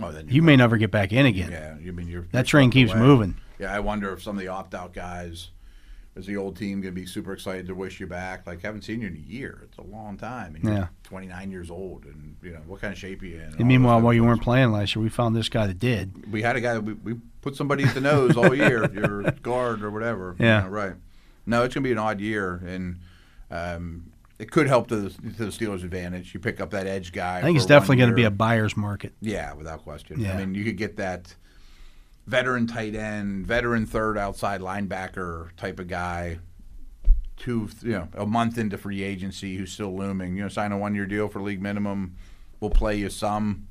Oh, then you,
you may never get back in again.
yeah, you mean you're
that train keeps
away.
moving.
Yeah, I wonder if some of the opt out guys, is the old team going to be super excited to wish you back? Like, haven't seen you in a year. It's a long time. And you're
Yeah.
29 years old, and you know what kind of shape are you in? all
And
this
meanwhile,
other
while you
stuff.
weren't playing last year, we found this guy that did.
we had a guy that we, we put somebody at the nose all year, your guard or whatever. you
Yeah.
know, right. No, it's gonna be an odd year, and um, it could help to the, to the Steelers' advantage. You pick up that edge guy.
I think it's definitely going to be a buyer's market.
yeah, without question.
Yeah.
I mean, you could get that veteran tight end, veteran third outside linebacker type of guy. Two, you know, a month into free agency, who's still looming. You know, sign a one-year deal for league minimum. We'll play you some.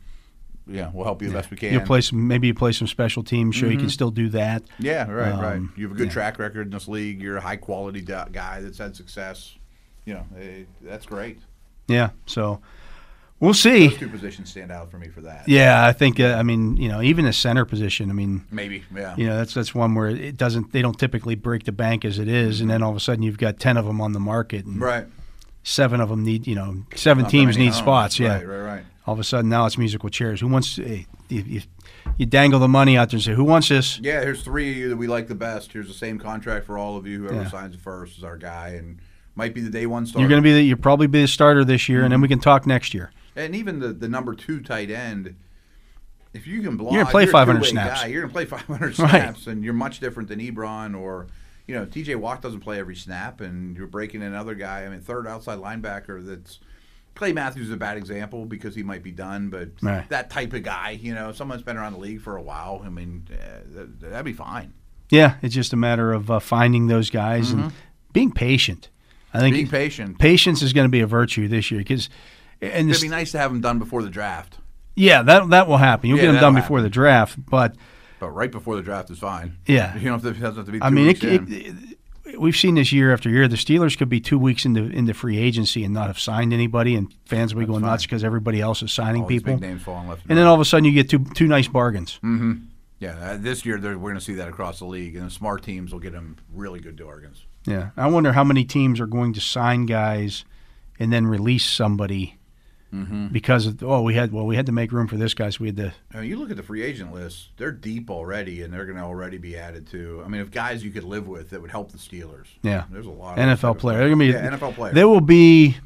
Yeah, we'll help you the best we can.
You'll play some, maybe you play some special teams, show you can still do that.
Yeah, right, right.
Um,
You have a good track record in this league. You're a high quality da- guy that's had success. You know, eh, that's great.
Yeah, so we'll see.
Those two positions stand out for me for that.
Yeah, I think. Uh, I mean, you know, even a center position. I mean,
Maybe. Yeah.
you know, that's that's one where it doesn't. They don't typically break the bank as it is, and then all of a sudden you've got ten of them on the market, and
Right.
seven of them need. You know, seven
Not that
teams
many
need
homes.
spots. Yeah.
Right, right, right.
All of a sudden now it's musical chairs. Who wants? eh, You, you, you dangle the money out there and say, "Who wants this?"
Yeah, here's three of you that we like the best. Here's the same contract for all of you. Whoever
Yeah.
signs first is our guy and might be the day one starter.
You're going to be. The, you'll probably be the starter this year, and then we
Mm-hmm.
can talk next year.
And even the, the number two tight end, if you can block,
gonna play
a
500
two-way
snaps.
Guy, you're going to play 500
Right.
snaps, and you're much different than Ebron or, you know, TJ Watt doesn't play every snap, and you're breaking another guy. I mean, third outside linebacker that's. Clay Matthews is a bad example because he might be done, but
Right.
that type of guy, you know, someone that's been around the league for a while, I mean, uh, that, that'd be fine.
Yeah, it's just a matter of uh, finding those guys and being patient. I think
Mm-hmm. Being patient.
patience is going to be a virtue this year because, and
It'd
this,
be nice to have him done before the draft,
yeah, that that will happen. You'll
Yeah,
get them
that'll
done before the draft, but
but right before the draft is fine.
Yeah.
You don't have to, it doesn't have to be two
I mean,
weeks
it,
in.
it, it- we've seen this year after year. The Steelers could be two weeks into into free agency and not have signed anybody, and fans will be going nuts because everybody else is signing
All these
people.
big names falling left
And then all of a sudden, you get two two nice bargains.
Yeah, uh, this year they're- we're going to see that across the league, and the smart teams will get them really good bargains.
Yeah, I wonder how many teams are going to sign guys and then release somebody
Mm-hmm.
because of oh we had well we had to make room for this guy, so we had to
I mean, you look at the free agent list; they're deep already, and they're going to already be added to. I mean, if guys you could live with that would help the Steelers.
yeah
There's a lot. of
NFL player. They're gonna be
Yeah, NFL player.
There will be.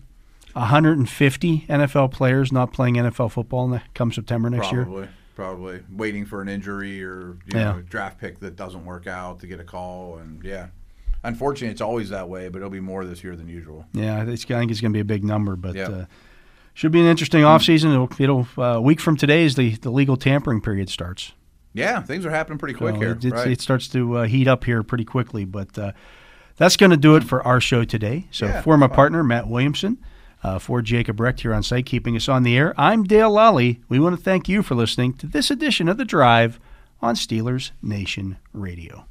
150 NFL players not playing NFL football ne- come September next year.
probably, probably waiting for an injury or you
Yeah.
know, a draft pick that doesn't work out to get a call, and yeah. Unfortunately, it's always that way, but it'll be more this year than usual.
Yeah, it's, I think it's going to be a big number, but
Yeah.
uh, should be an interesting offseason. It'll, it'll uh, a week from today is the, the legal tampering period starts.
Yeah, things are happening pretty quick
So
here.
it, it's-
right.
it starts to uh, heat up here pretty quickly, but uh, that's going to do it for our show today. So
Yeah,
for my partner Matt Williamson, uh, for Jacob Recht here on site, keeping us on the air. I'm Dale Lally. We want to thank you for listening to this edition of the Drive on Steelers Nation Radio.